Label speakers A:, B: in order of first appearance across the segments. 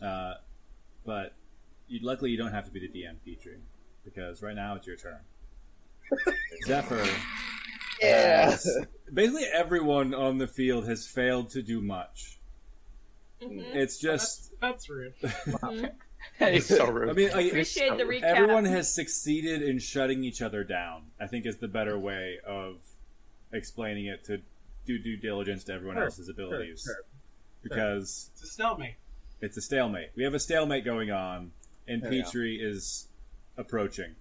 A: Uh, but you, luckily, you don't have to be the DM, Petrie, because right now it's your turn. Zephyr. Yes. Basically, everyone on the field has failed to do much. It's just.
B: That's rude.
C: He's so rude.
A: I mean, like,
D: Appreciate the recap.
A: Everyone has succeeded in shutting each other down. I think is the better way of explaining it to do due diligence to everyone
B: Sure,
A: else's abilities
B: sure.
A: because
B: It's a stalemate.
A: it's a stalemate. We have a stalemate going on, and Petrie is approaching.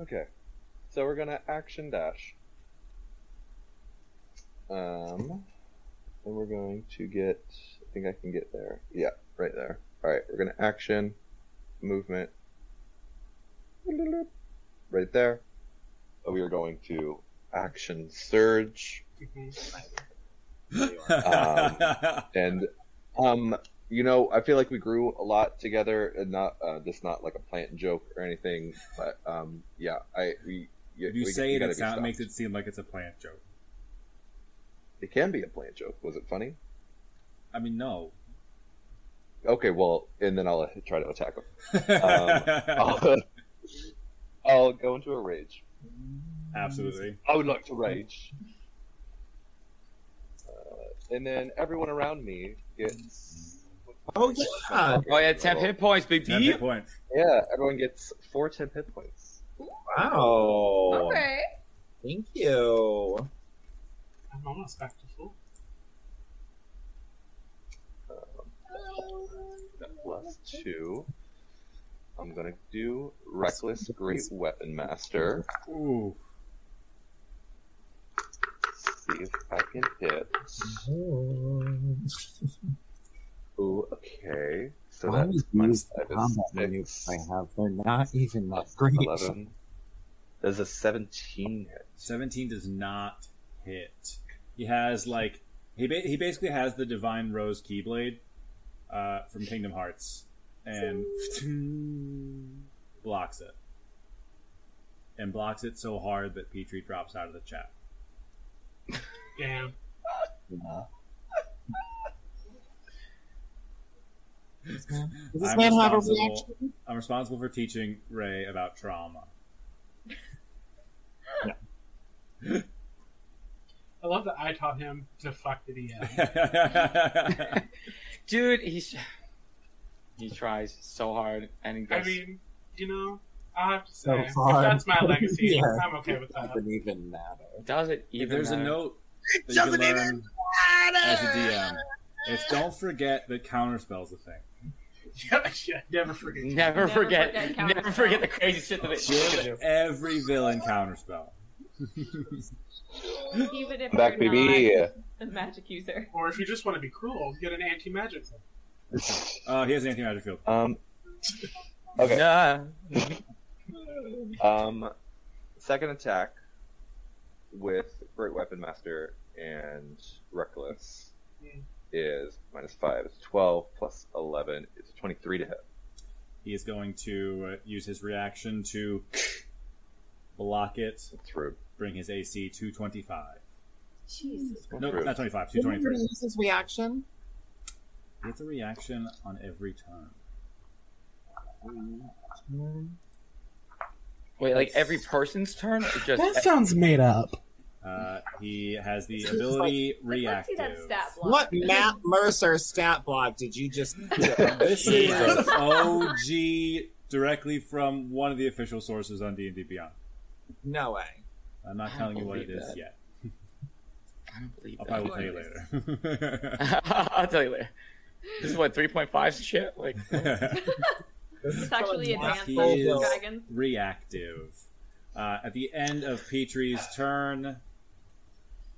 C: okay, so we're gonna action dash. Um, and we're going to get. I think I can get there. Yeah, right there. All right, we're gonna action, movement. Right there. We are going to action surge. Um, and um you know i feel like we grew a lot together and not uh just not like a plant joke or anything but um yeah i we y-
A: if you
C: we-
A: say
C: we
A: it,
C: gotta
A: it
C: be
A: sound,
C: stopped.
A: makes it seem like it's a plant joke.
C: it can be a plant joke was it funny
A: I mean, no.
C: okay well and then i'll uh, try to attack him I'll, uh, I'll go into a rage
A: Absolutely.
C: I would like to rage. Uh, and then everyone around me gets.
B: Oh, yeah.
E: Oh yeah, temp hit points, big
A: Ten hit
E: D.
A: points.
C: Yeah, everyone gets four temp hit points.
F: Wow.
D: Okay.
F: Thank you.
B: I'm almost back to full.
C: plus two. I'm gonna do Reckless Great Weapon Master.
A: Ooh.
C: See if I can hit. Ooh, okay. So
G: I
C: that's
G: would use the
C: five is
G: combat maneuvers
C: six,
G: I have. They're not even that
C: plus
G: great.
C: Eleven. Does a seventeen hit?
A: 17 does not hit. He has like he ba- he basically has the divine rose keyblade uh, from Kingdom Hearts and blocks it. And blocks it so hard that Petrie drops out of the chat.
B: Damn.
G: Does this
A: I'm
G: man have a
A: responsible-
G: reaction?
A: I'm responsible for teaching Ray about trauma.
B: I love that I taught him to fuck the DM.
E: Dude, he's he tries so hard and he
B: I
E: gets
B: mean, you know, I have to
G: So
B: say, if
G: hard.
B: that's my legacy.
G: Yeah.
B: I'm okay with that.
G: Doesn't even matter.
E: does it even
A: If there's a
E: matter?
A: note that you can learn as a DM, it's don't forget that counterspell's a thing.
B: yeah, yeah, never forget.
E: Never,
D: Never
E: forget,
D: forget counter
E: never
D: spell.
E: forget the crazy shit that it
A: Give
E: do.
A: every villain counterspell.
D: Even if
C: I'm back,
D: you're
C: baby.
D: not a magic user.
B: Or if you just want to be cruel, get an anti-magic thing.
A: Uh, he has an anti-magic field.
C: Um. Okay.
E: Nah.
C: Um, second attack with Great Weapon Master and Reckless
B: Yeah.
C: is minus five. It's twelve plus eleven. It's twenty-three to hit.
A: He is going to uh, use his reaction to block it,
C: That's rude.
A: bring his AC to 25.
D: Jesus.
A: No,
C: Rude.
A: not 25, to
G: Didn't he
A: 23.
G: use his reaction?
A: It's a reaction on every turn.
E: Wait, like every person's turn? Or just e-,
G: That sounds made up.
A: Uh, he has the ability
D: Let's see
A: reactive.
D: that stat block.
G: What Matt Mercer stat block did you just?
A: This is OG directly from one of the official sources on D&D Beyond.
G: no way.
A: I'm not
E: I
A: telling you what it
E: believe
A: is
E: that.
A: yet.
E: I don't believe
A: I'll probably
E: that.
A: tell you later.
E: I'll tell you later. This is what 3.5 shit? Like
G: This
D: It's actually
G: fucking
D: advanced
A: He
G: Full
A: is-
G: build.
D: dragons.
A: reactive. Uh, at the end of Petrie's turn,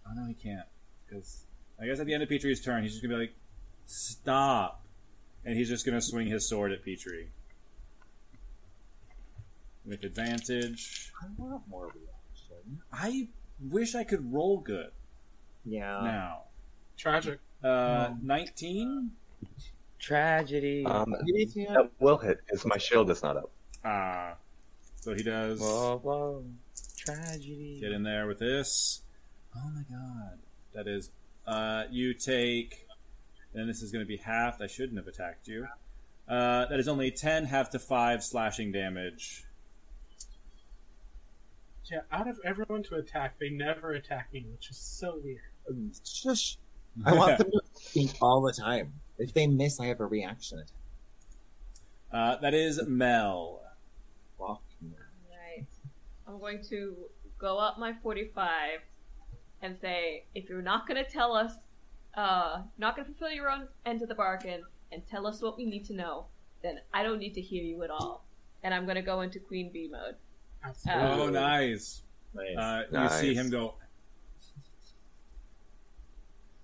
A: oh no, he can't because I guess at the end of Petrie's turn, he's just gonna be like, Stop. And he's just going to swing his sword at Petrie. With advantage.
G: I want more reaction.
A: I wish I could roll good
G: Yeah.
A: now.
B: Tragic.
A: Uh, 19?
E: Tragedy.
A: Uh,
C: Um, that will hit because my shield is not up.
A: Ah. so he does.
E: whoa, whoa. Tragedy.
A: Get in there with this. Oh my god. That is. Uh, you take. Then this is going to be halved. I shouldn't have attacked you. Uh, that is only 10 half to 5 slashing damage.
B: Yeah, out of everyone to attack, they never attack me, which is so weird.
G: Shush. I want them to think all the time. If they miss, I have a reaction attack.
A: uh, that is Mel.
G: Fuck.
D: Right. I'm going to go up my 45 and say, if you're not going to tell us, uh, not going to fulfill your own end of the bargain and tell us what we need to know, then I don't need to hear you at all. And I'm going to go into Queen Bee mode.
B: Absolutely.
A: Oh, nice.
G: Nice.
A: Uh,
C: Nice.
A: You see him go.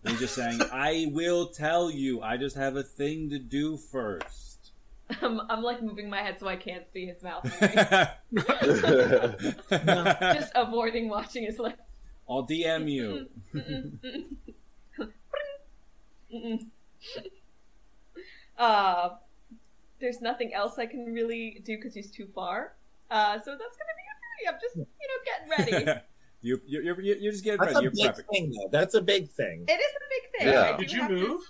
A: He's just saying, I will tell you. I just have a thing to do first.
D: I'm, I'm like moving my head so I can't see his mouth.
A: I'll
D: Just avoiding watching his lips.
A: DM you.
D: Mm-mm, mm-mm. Mm-mm. uh, there's nothing else I can really do because he's too far. Uh, so that's gonna be it for me. I'm just, you know, getting ready.
A: you, you, you're, you're just getting
G: That's
A: ready.
G: a
A: You're
G: big
A: prepping.
G: thing, though. That's a big thing.
D: it is a big thing.
C: Yeah.
D: I do
B: Did you
D: have to-
B: move?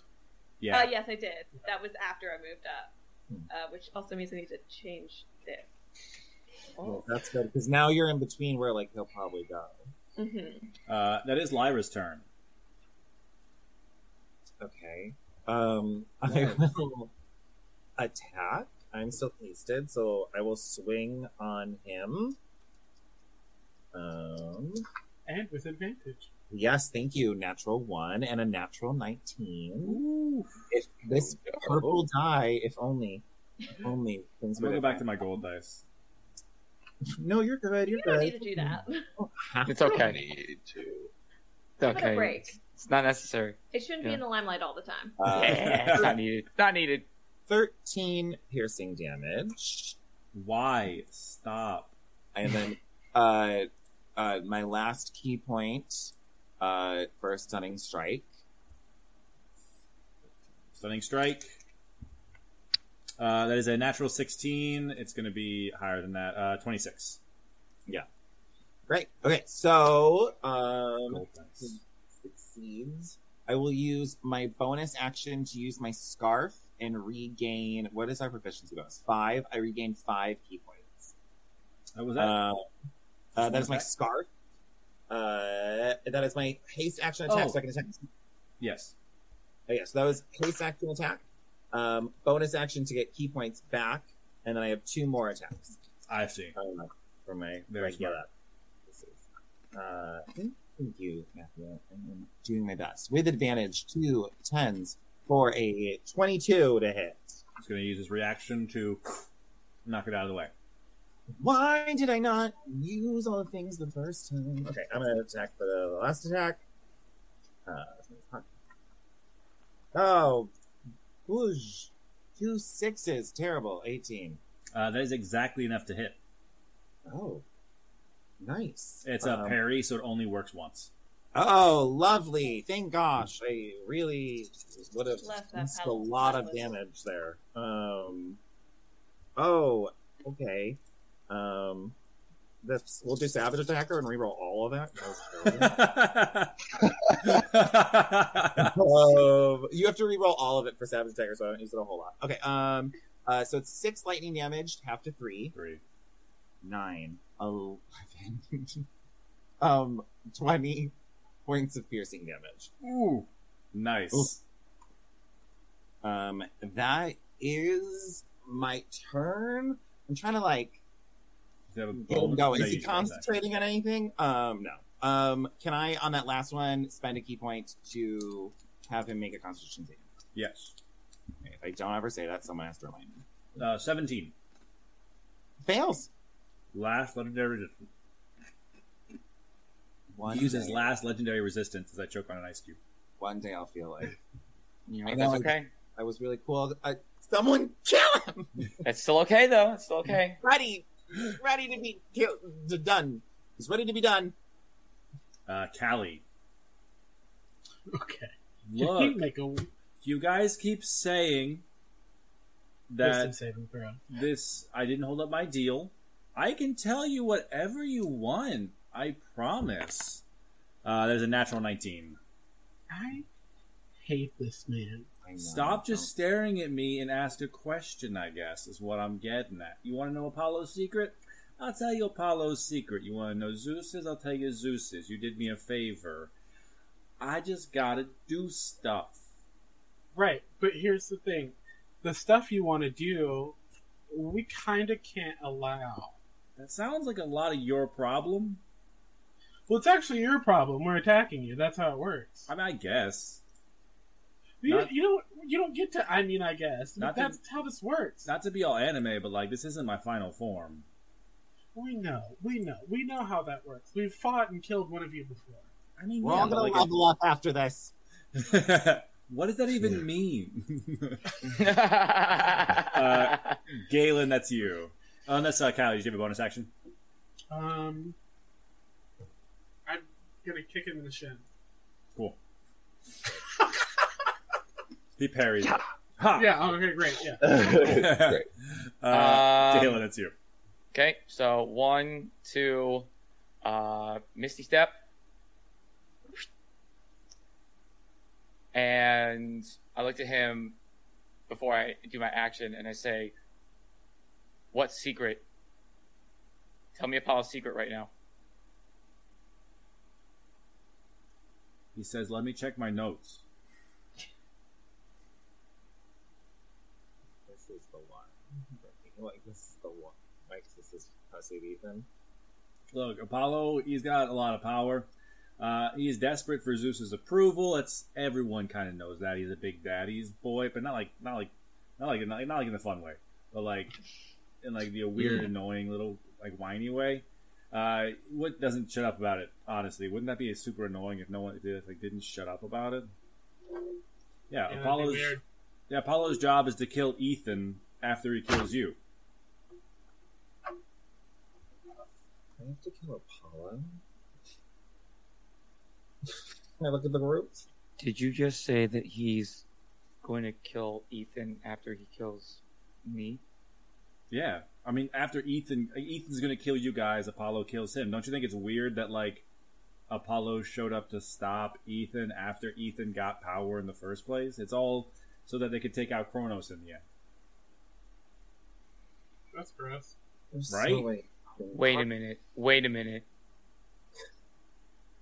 A: Yeah.
D: Uh, yes, I did. That was after I moved up, uh, which also means I need to change this.
G: Well, that's good because now you're in between where like he'll probably go.
D: hmm
A: Uh, that is Lyra's turn.
G: Okay. Um, I will attack. I'm still hasted, so I will swing on him. Um,
B: And with advantage.
G: yes, thank you. Natural one and a natural nineteen. If this purple die, if only, if only things
A: I'm gonna
G: would
A: go back to my gold dice.
G: No, you're good. You're
D: You don't
G: good. Oh,
D: need to do that.
G: Have
E: It's
G: to.
C: I
E: okay.
C: need to.
E: It's
D: Give it
E: okay.
D: a break.
E: It's not necessary.
D: It shouldn't be
E: Yeah.
D: in the limelight all the time.
G: Uh,
E: Yeah, it's not needed. It's not needed.
G: Thirteen piercing damage.
A: Why? Stop.
G: and then uh, uh, my last key point uh, for a stunning strike.
A: Stunning strike. Uh, that is a natural 16. It's going to be higher than that. Uh, 26.
G: Right. Okay. So um,
A: Gold dice.
G: succeeds. I will use my bonus action to use my scarf and regain. What is our proficiency bonus? Five. I regain five key points.
A: That was that.
G: Uh, uh, that is my scarf. Uh, that is my haste action attack.
A: Oh.
G: So I can attack
A: yes.
G: Oh, yeah, so that was haste action attack, um, bonus action to get key points back, and then I have two more attacks
A: I see.
G: uh, for my
A: Very
G: regular. This is, uh, thank you, Matthew. I'm doing my best. With advantage, two tens for a 22 to hit.
A: He's going to use his reaction to knock it out of the way.
G: Why did I not use all the things the first time? Okay, I'm going to attack for the last attack. Uh, that's my attack. oh, whoosh. Two sixes. Terrible. 18.
A: Uh, that is exactly enough to hit.
G: Oh, nice.
A: It's a
G: Um,
A: parry, so it only works once.
G: Oh, lovely. Thank gosh. I really would have
D: Left that
G: missed a
D: pedal.
G: lot
D: That
G: of
D: was-
G: damage there. Um. Oh, okay. Um. This, we'll do Savage Attacker and reroll all of that. That was terrible. um, you have to reroll all of it for Savage Attacker, so I don't use it a whole lot. Okay, um, uh, so it's six lightning damage, half to three.
A: Three.
G: nine, eleven, um, twenty points of piercing damage.
A: Ooh. Nice.
G: Oof. Um, that is my turn. I'm trying to like
A: You have a
G: get him
A: bold-
G: going.
A: no,
G: Is he
A: you can't attack.
G: concentrating on anything? Um, no. Um, can I on that last one spend a key point to have him make a Constitution save?
A: Yes.
G: Okay, If I don't ever say that, someone has to remind me.
A: Uh, 17.
G: Fails.
A: Last legendary resistance.
G: One
A: He uses
G: day-
A: last legendary resistance as I choke on an ice cube.
G: One day I'll feel like
E: You know,
G: I know.
E: that's okay.
G: I was really cool. I, someone kill him!
E: That's still okay though. It's still okay.
G: Ready! Ready to be killed. Done. He's ready to be done.
A: Uh, Callie,
B: Okay. Can
A: look,
B: he make a wisdom
A: you guys keep saying that
B: saving throw?
A: this I didn't hold up my deal. I can tell you whatever you want. I promise. Uh, there's a natural 19.
B: I hate this man.
G: I know.
A: Stop just staring at me and ask a question, I guess, is what I'm getting at. You want to know Apollo's secret? I'll tell you Apollo's secret. You want to know Zeus's? I'll tell you Zeus's. You did me a favor. I just gotta do stuff.
B: Right, but here's the thing: the stuff you want to do, we kind of can't allow.
A: That sounds like a lot of your problem.
B: Well, it's actually your problem. We're attacking you. That's how it works.
A: I mean, I guess.
B: You,
A: Not-
B: you don't you don't get to. I mean, I guess
A: Not
B: but
A: to-
B: that's how this works.
A: Not to be all anime, but like, this isn't my final form.
B: we know, we know, we know how that works. We've fought and killed one of you before.
A: I mean,
G: We're
A: yeah,
G: all
A: but
G: gonna
A: like,
G: level up after this.
A: what does that even mean?
E: uh,
A: Galen, that's you. Oh, and that's uh, Kyle. Did you have a bonus action?
B: Um, I'm gonna kick him in the shin.
A: Cool. he parried. it. Ha!
B: Yeah. oh, Okay. Great. Yeah.
C: Great.
A: Uh,
E: Um,
A: Galen, that's you.
E: okay, so one, two, uh, Misty Step. And I look at him before I do my action and I say, What secret? Tell me Apollo's secret right now.
A: He says, "Let me check my notes."
G: This is the one. Like, this is the one. Like, this is Hussey Ethan.
A: Look, Apollo. He's got a lot of power. Uh, he is desperate for Zeus's approval. That's everyone kind of knows that he's a big daddy's boy, but not like not like not like not, like in the fun way, but like in like the
B: Mm.
A: weird, annoying little like whiny way. Uh, what doesn't shut up about it? Honestly, wouldn't that be super annoying if no one if they, like didn't shut up about it? Yeah,
B: Yeah, that'd be
A: Apollo's
B: weird.
A: yeah, Apollo's job is to kill Ethan after he kills you.
G: I have to kill Apollo. Can I look at the group?
E: Did you just say that he's going to kill Ethan after he kills me?
A: Yeah, I mean, after Ethan, Ethan's gonna kill you guys. Apollo kills him. Don't you think it's weird that like Apollo showed up to stop Ethan after Ethan got power in the first place? It's all so that they could take out Kronos in the end.
B: That's gross.
G: There's
A: Right?
G: many
E: Wait a minute. Wait a minute.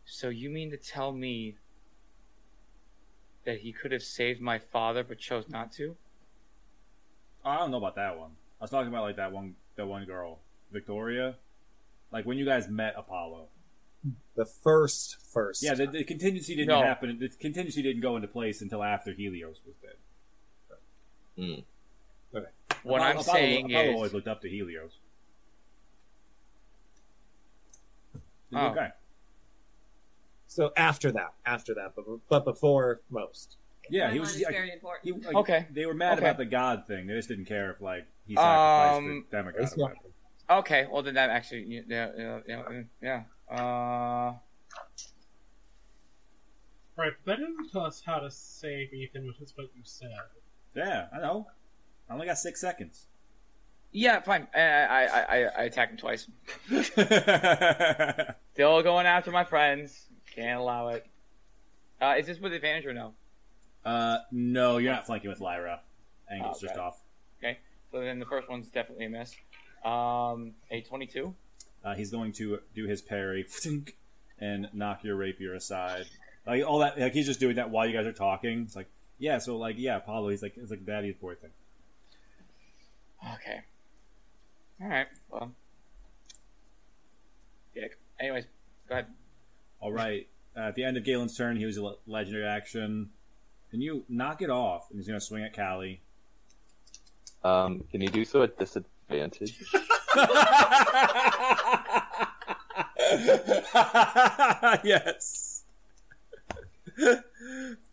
E: So you mean to tell me that he could have saved my father but chose not to?
A: I don't know about that one. I was talking about like that one, that one girl, Victoria. Like when you guys met Apollo.
G: The first, first.
A: Yeah, the, the contingency didn't
E: No.
A: happen. The contingency didn't go into place until after Helios was dead.
E: What
A: Apollo-
E: I'm
A: Apollo-
E: saying
A: Apollo
E: is
A: always looked up to Helios. He's a
E: Oh.
A: good guy.
G: So after that, after that, but, but before most.
A: Yeah, he
D: Timeline
A: was.
D: is
A: Like,
D: very
A: he,
D: important.
A: like,
E: Okay.
A: They were mad
E: Okay.
A: about the God thing. They just didn't care if like he sacrificed
E: Um,
A: the Demigod.
G: It's
A: or whatever.
G: not-
E: okay. Well, then that actually, you- yeah, yeah, yeah, yeah. Uh,
B: Right, but that didn't tell us how to save Ethan, which is what you said.
A: Yeah, I know. I only got six seconds.
E: yeah, fine. I, I, I, I- I attacked him twice.
A: yeah,
E: Still going after my friends. Can't allow it. Uh, is this with advantage or no?
A: uh, no, you're not flanking with Lyra. Angle's
E: Okay.
A: just off.
E: So then the first one's definitely a miss. Um, a twenty-two.
A: Uh, he's going to do his parry and knock your rapier aside. Like all that, like he's just doing that while you guys are talking. It's like, yeah, so like, yeah, Apollo. He's like, it's like daddy's boy thing.
E: Okay. All right. Well. Dick. Anyways, go ahead.
A: All right. Uh, at the end of Galen's turn, he was a le- legendary action. Can you knock it off? And he's going to swing at Callie.
C: Um, can you do so at disadvantage?
A: yes.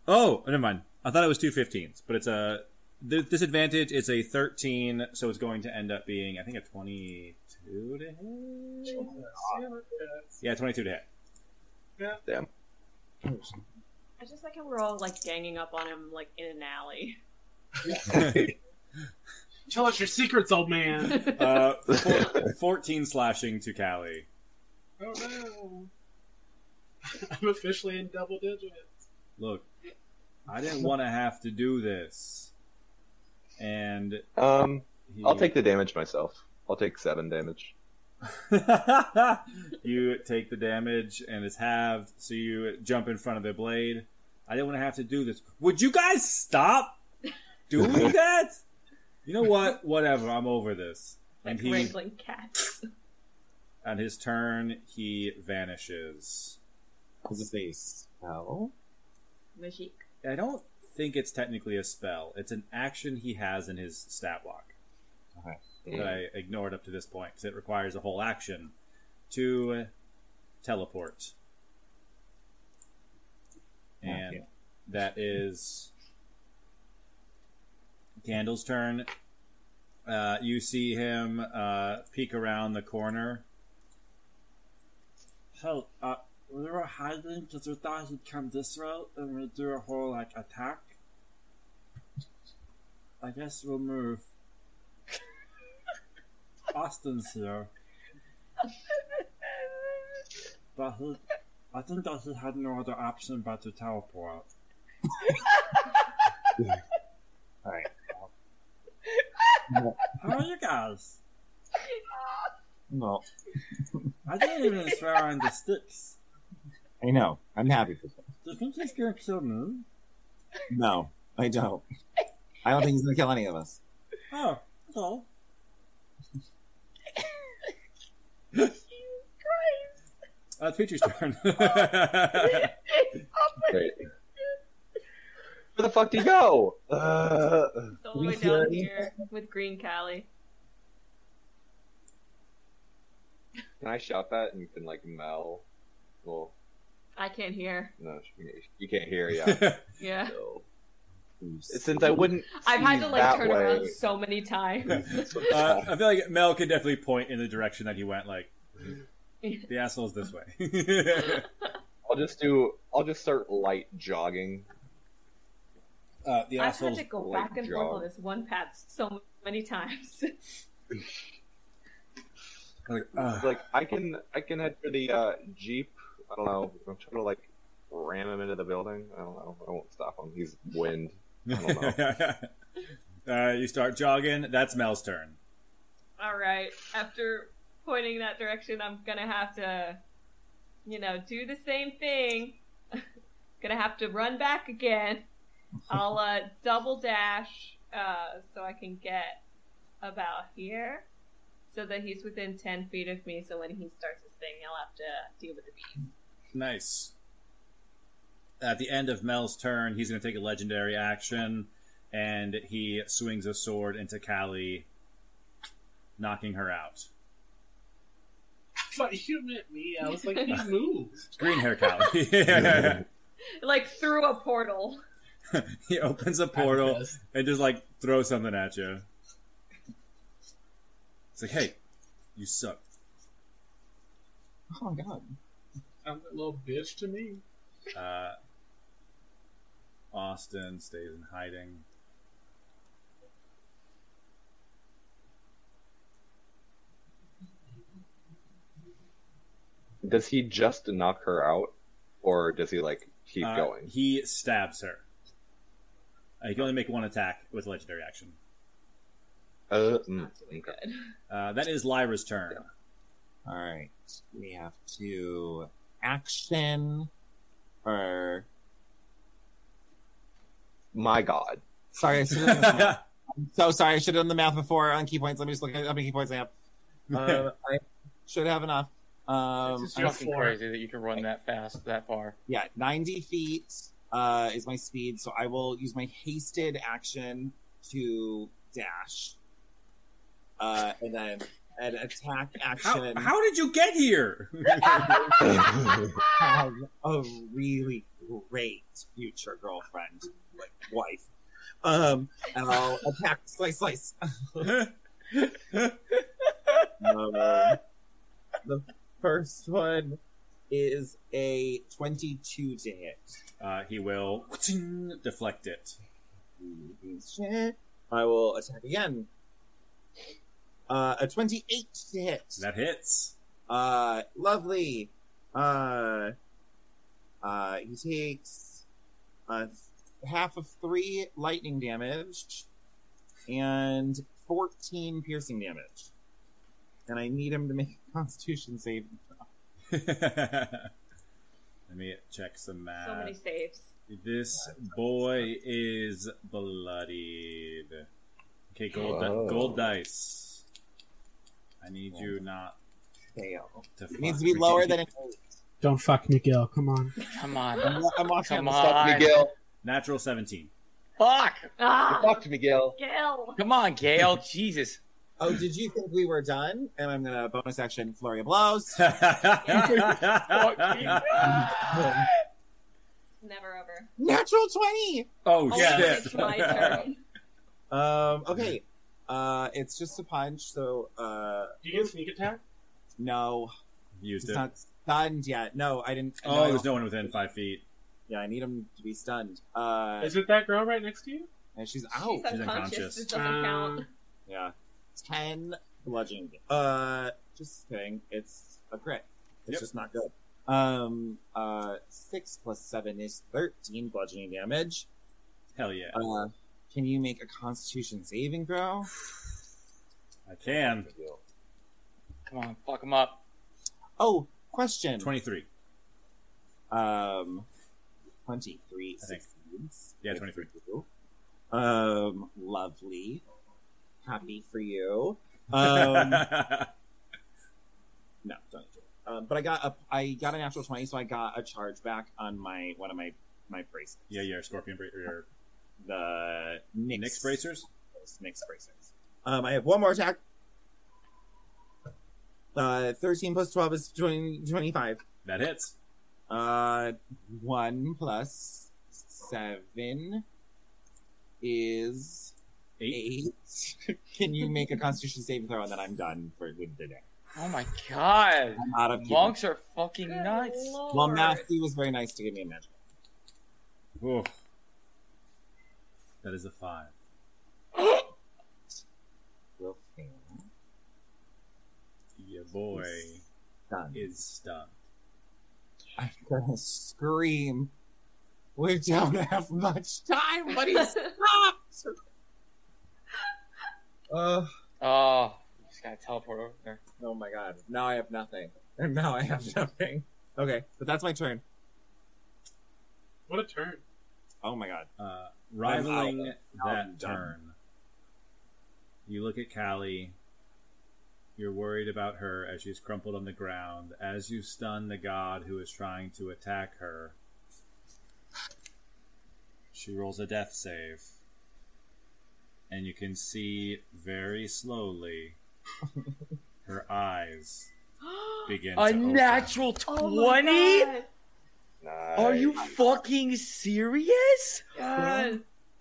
A: Oh, never mind. I thought it was two 15s, but it's a the disadvantage is a 13, so it's going to end up being I think a 22 to hit. Yeah, 22 to hit.
D: I just like how we're all like ganging up on him like in an alley.
B: Tell us your secrets, old man.
A: Uh, four, 14 slashing to Callie.
B: oh no. I'm officially in double digits.
A: Look, I didn't want to have to do this, and
C: Um,
A: he-
C: I'll take the damage myself. I'll take seven damage.
A: you take the damage and it's halved, so you jump in front of the blade. I didn't want to have to do this. Would you guys stop doing that? You know what? Whatever. I'm over this. And
D: Like
A: he,
D: wrangling cats.
A: on his turn, he vanishes.
G: Is this a spell?
D: Majik.
A: I don't think it's technically a spell. It's an action he has in his stat block.
G: Okay.
A: That I ignored up to this point because it requires a whole action to teleport. And
G: Okay.
A: that is Candle's turn. Uh, you see him uh, peek around the corner. Hey, uh, we were hiding because we thought he'd come this route and we'd do a whole like attack. I guess we'll move. Austin's here, but he, I think that he had no other option but to teleport.
G: Alright.
A: How are you guys?
G: No.
A: I didn't even swear on the sticks.
G: I know. I'm happy for him.
A: Do you think he's gonna kill me?
G: No, I don't. I don't think he's gonna kill any of us.
A: Oh, no. Uh, it's Peachy's turn. Uh,
C: Great. Where the fuck do you go? Uh,
D: It's all the way
G: Really?
D: down here with Green Cali.
C: can I shout that and you can like Mel? Well,
D: I can't hear.
C: no, you can't hear. Yeah.
D: Yeah.
C: So, since I wouldn't.
D: I've had
C: see
D: to like
C: that
D: turn
C: way-
D: around so many times.
A: uh, I feel like Mel could definitely point in the direction that he went. Like the asshole's this way.
C: I'll just do. I'll just start light jogging.
A: uh, the
D: I've had
A: asshole's
D: to go
C: like,
D: back and
C: jaw.
D: forth on this one path so many times.
A: like, "Ugh."
C: Like I can. I can head for the uh, jeep. I don't know. I'm trying to like ram him into the building. I don't know. I won't stop him. He's wind.
A: uh, you start jogging. That's Mel's turn.
D: All right. After pointing that direction, I'm gonna have to, you know, do the same thing. gonna have to run back again. I'll uh, double dash uh, so I can get about here, so that he's within ten feet of me. So when he starts his thing, I'll have to deal with the bees.
A: Nice. At the end of Mel's turn, he's going to take a legendary action, and he swings a sword into Callie, knocking her out.
B: I thought you meant me. I was like, he moved.
A: Green hair Callie.
D: Like through a portal.
A: he opens a portal and just like throws something at you. It's like, hey, you suck.
G: Oh my god.
B: I'm a little bitch to me.
A: Uh, Austin stays in hiding.
C: Does he just knock her out, or does he like keep
A: Uh,
C: going?
A: He stabs her. Uh, he can only make one attack with legendary action.
C: Uh, mm,
D: Not doing
C: okay.
D: good.
A: Uh, that is Lyra's turn.
G: Alright. We have to action or
C: My God.
G: sorry, I should have done the math. so sorry, I should have done the math before on key points. Let me just look at how many key points I have.
A: Uh,
G: Um, I should have enough. Um,
E: it's just
B: I'm
E: fucking
B: four.
E: crazy that you can run that fast that far.
G: yeah, 90 feet uh, is my speed, so I will use my hasted action to dash. Uh, and then an attack
A: how,
G: action
A: how did you get here?
G: has a really great future girlfriend. like wife. Um, and I'll attack, slice, slice.
A: Uh,
G: Um, the first one is a 22 to hit.
A: Uh, he will deflect it.
G: Shit. Mm-hmm. I will attack again. Uh, a 28 to hit.
A: That hits.
G: Uh, lovely. Uh, uh, he takes uh, half of three lightning damage and 14 piercing damage. And I need him to make a constitution save.
A: Let me check some math.
D: So many saves.
A: This boy is bloodied. Okay, gold, di-
C: Whoa.
A: gold dice. I need you not
G: Fail.
A: to.
G: It needs to be lower than an
B: Don't fuck Miguel. Come on.
E: Come
G: 8.
E: on.
G: I'm, wa- I'm watching
E: Come
G: on.
C: Fuck
E: on.
C: Miguel.
A: natural seventeen.
E: Fuck.
C: You
D: Ah,
C: fucked Miguel.
D: Gil.
E: Come on, Gail. Jesus.
G: Oh, did you think we were done? And I'm gonna bonus action flurry of blows.
D: It's never over.
G: Natural 20!
A: oh
D: Oh,
A: shit!
D: it's my turn.
G: Um, okay. Uh, it's just a punch, so, uh,
B: Do you get sneak attack?
G: no.
A: Used
G: He's
A: it.
G: not stunned yet. No, I didn't. no, I
A: Oh,
G: don't-
A: there's no one within five feet.
G: Yeah, I need him to be stunned. Uh,
B: Is it that girl right next to you?
G: and she's out.
D: She's unconscious.
A: unconscious.
D: This doesn't count.
G: Yeah. 10 bludgeoning. damage. Uh, just kidding. It's a crit. It's
A: Yep.
G: just not good. Um, uh, 6 plus 7 is 13 bludgeoning damage.
A: Hell yeah,
G: Uh, can you make a constitution saving throw?
A: I can.
C: Miguel.
E: Come on. Fuck him up.
G: Oh, question.
A: Twenty-three.
G: Um, 23
A: I think.
G: succeeds.
A: Yeah,
G: Good
A: 23.
G: for you. Um, lovely. Happy for you. Um, No, don't do it. Um, but I got a, I got a natural twenty, so I got a charge back on my one of my my bracelets.
A: yeah, your scorpion bra- your
G: The Nyx,
A: Nyx bracers.
G: Nyx bracers. Um, I have one more attack. Uh, thirteen plus twelve is 20, 25.
A: That hits.
G: Uh, one plus seven is
A: Eight.
G: eight. Can you make a Constitution saving throw, and then I'm done for with the day.
E: Oh my god.
G: I'm out of people.
E: Monks are fucking
D: Good
E: nuts.
D: lord.
G: Well, Matthew was very nice to give me a magic.
A: Oof. That is a five.
G: Will fail.
A: Your boy
G: Done.
A: is stunned.
G: I'm gonna scream. We don't have much time, but he stopped. Uh,
E: Oh, just gotta teleport over there.
G: oh my god! Now I have nothing. And now I have nothing. Okay, but that's my turn.
B: What a turn.
G: Oh my god!
A: Uh, rivaling
G: I'm
A: that
G: done.
A: turn, you look at Callie. You're worried about her as she's crumpled on the ground. As you stun the god who is trying to attack her, she rolls a death save. And you can see very slowly her eyes begin to
E: A
A: open.
E: natural
D: Oh my
E: 20?
D: God.
C: Nice.
E: Are you fucking serious?
D: Yes.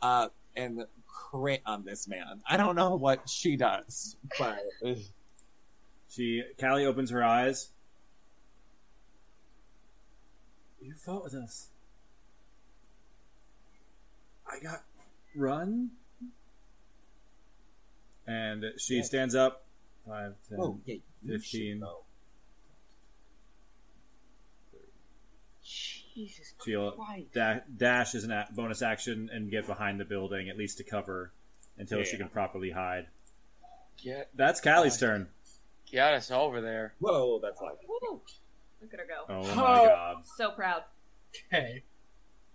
G: Uh, and crit on this man. I don't know what she does, but
A: She Callie opens her eyes. You fought with us. I got run. And she
G: Yeah.
A: stands up. Five, ten.
G: oh yeah, you
A: 15.
G: should know.
E: Jesus
A: She'll
E: Christ.
A: da- dash is a bonus action and get behind the building at least to cover until she
G: Yeah.
A: can properly hide.
E: Get,
A: That's Callie's turn.
E: get us over there.
G: Whoa, that's like
D: Woo. Look at her go.
A: Oh my
B: Oh.
A: god.
D: So proud.
B: Okay.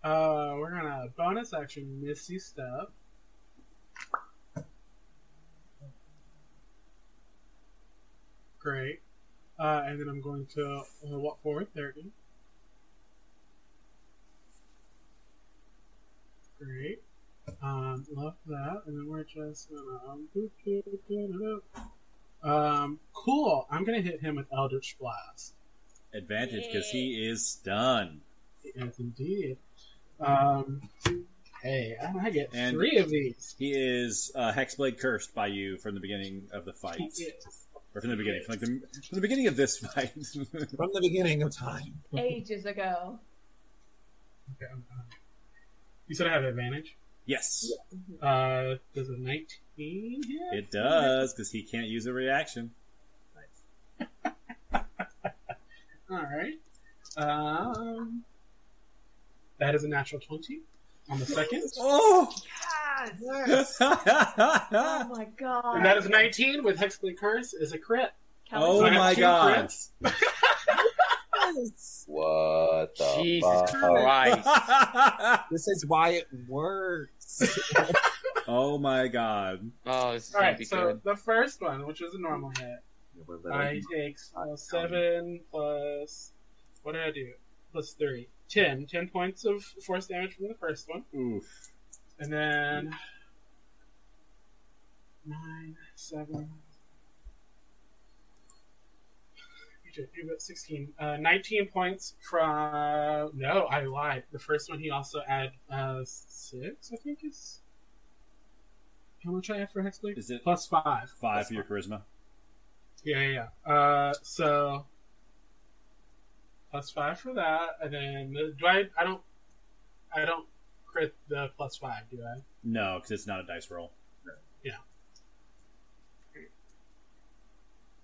B: Uh, we're gonna bonus action Misty Step. Great. Uh, and then I'm going to uh, walk forward 30. Great. Um, love that. And then we're just um, gonna. Um, cool. I'm gonna hit him with Eldritch Blast.
A: Advantage because he is stunned.
B: Yes, indeed. Um, Hey, and I get
A: And-
B: three of these.
A: He is uh, hexblade cursed by you from the beginning of the fight, or from the beginning, from, like the, from the beginning of this fight.
G: From the beginning of time.
D: ages ago.
B: Okay, I'm done. um, You said I have advantage.
A: yes,
B: Uh, does a 19 hit?
A: it does because he can't use a reaction.
B: Alright. Um, that is a natural 20 on the second.
A: Oh!
G: Yes.
D: Oh
A: oh
D: my god.
B: And that is 19 with Hexblade Curse is a crit.
D: Kelly,
A: Oh
B: So I have
A: my
B: two
A: God.
B: crits.
C: What the fuck?
E: Jesus Christ.
G: This is why it works.
A: oh my god!
E: Oh, this is gonna be
B: Alright, so
E: good.
B: the first one, which was a normal hit, I take uh, seven plus. What did I do? Plus three. Ten. Ten points of force damage from the first one.
A: Oof.
B: And then. Nine, seven. You did- You got 16. Uh, 19 points from. No, I lied. The first one he also add uh, six, I think is. How much I have for Hexblade?
A: Is it
B: Plus five.
A: five for your charisma?
B: Yeah, yeah. yeah. Uh, so plus five for that, and then do I? I don't. I don't crit the plus five, do I?
A: No, because it's not a dice roll.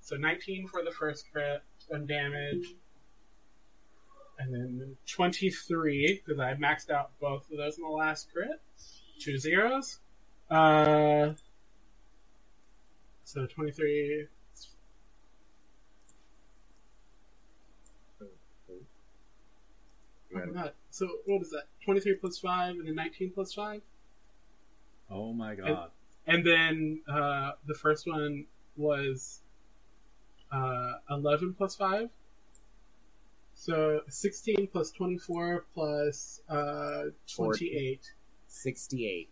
B: So nineteen for the first crit, one damage, and then twenty-three because I maxed out both of those in the last crit. Two zeros. Uh, so twenty-three. I forgot. So what is that? Twenty-three plus five, and then nineteen plus five.
A: Oh my god!
B: And then uh, the first one was uh, 11 plus 5. So 16 plus 24 plus uh, 28.
G: 68.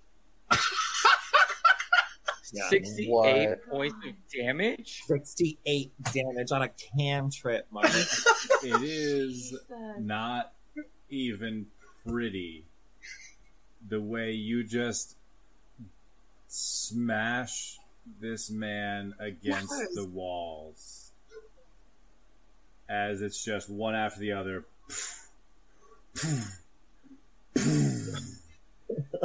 G: Yeah.
E: 68
C: What?
E: points of damage?
G: 68 damage on a cantrip, my
A: It is
D: Jesus.
A: not even pretty. The way you just smash this man against
B: Yes.
A: the walls, as it's just one after the other.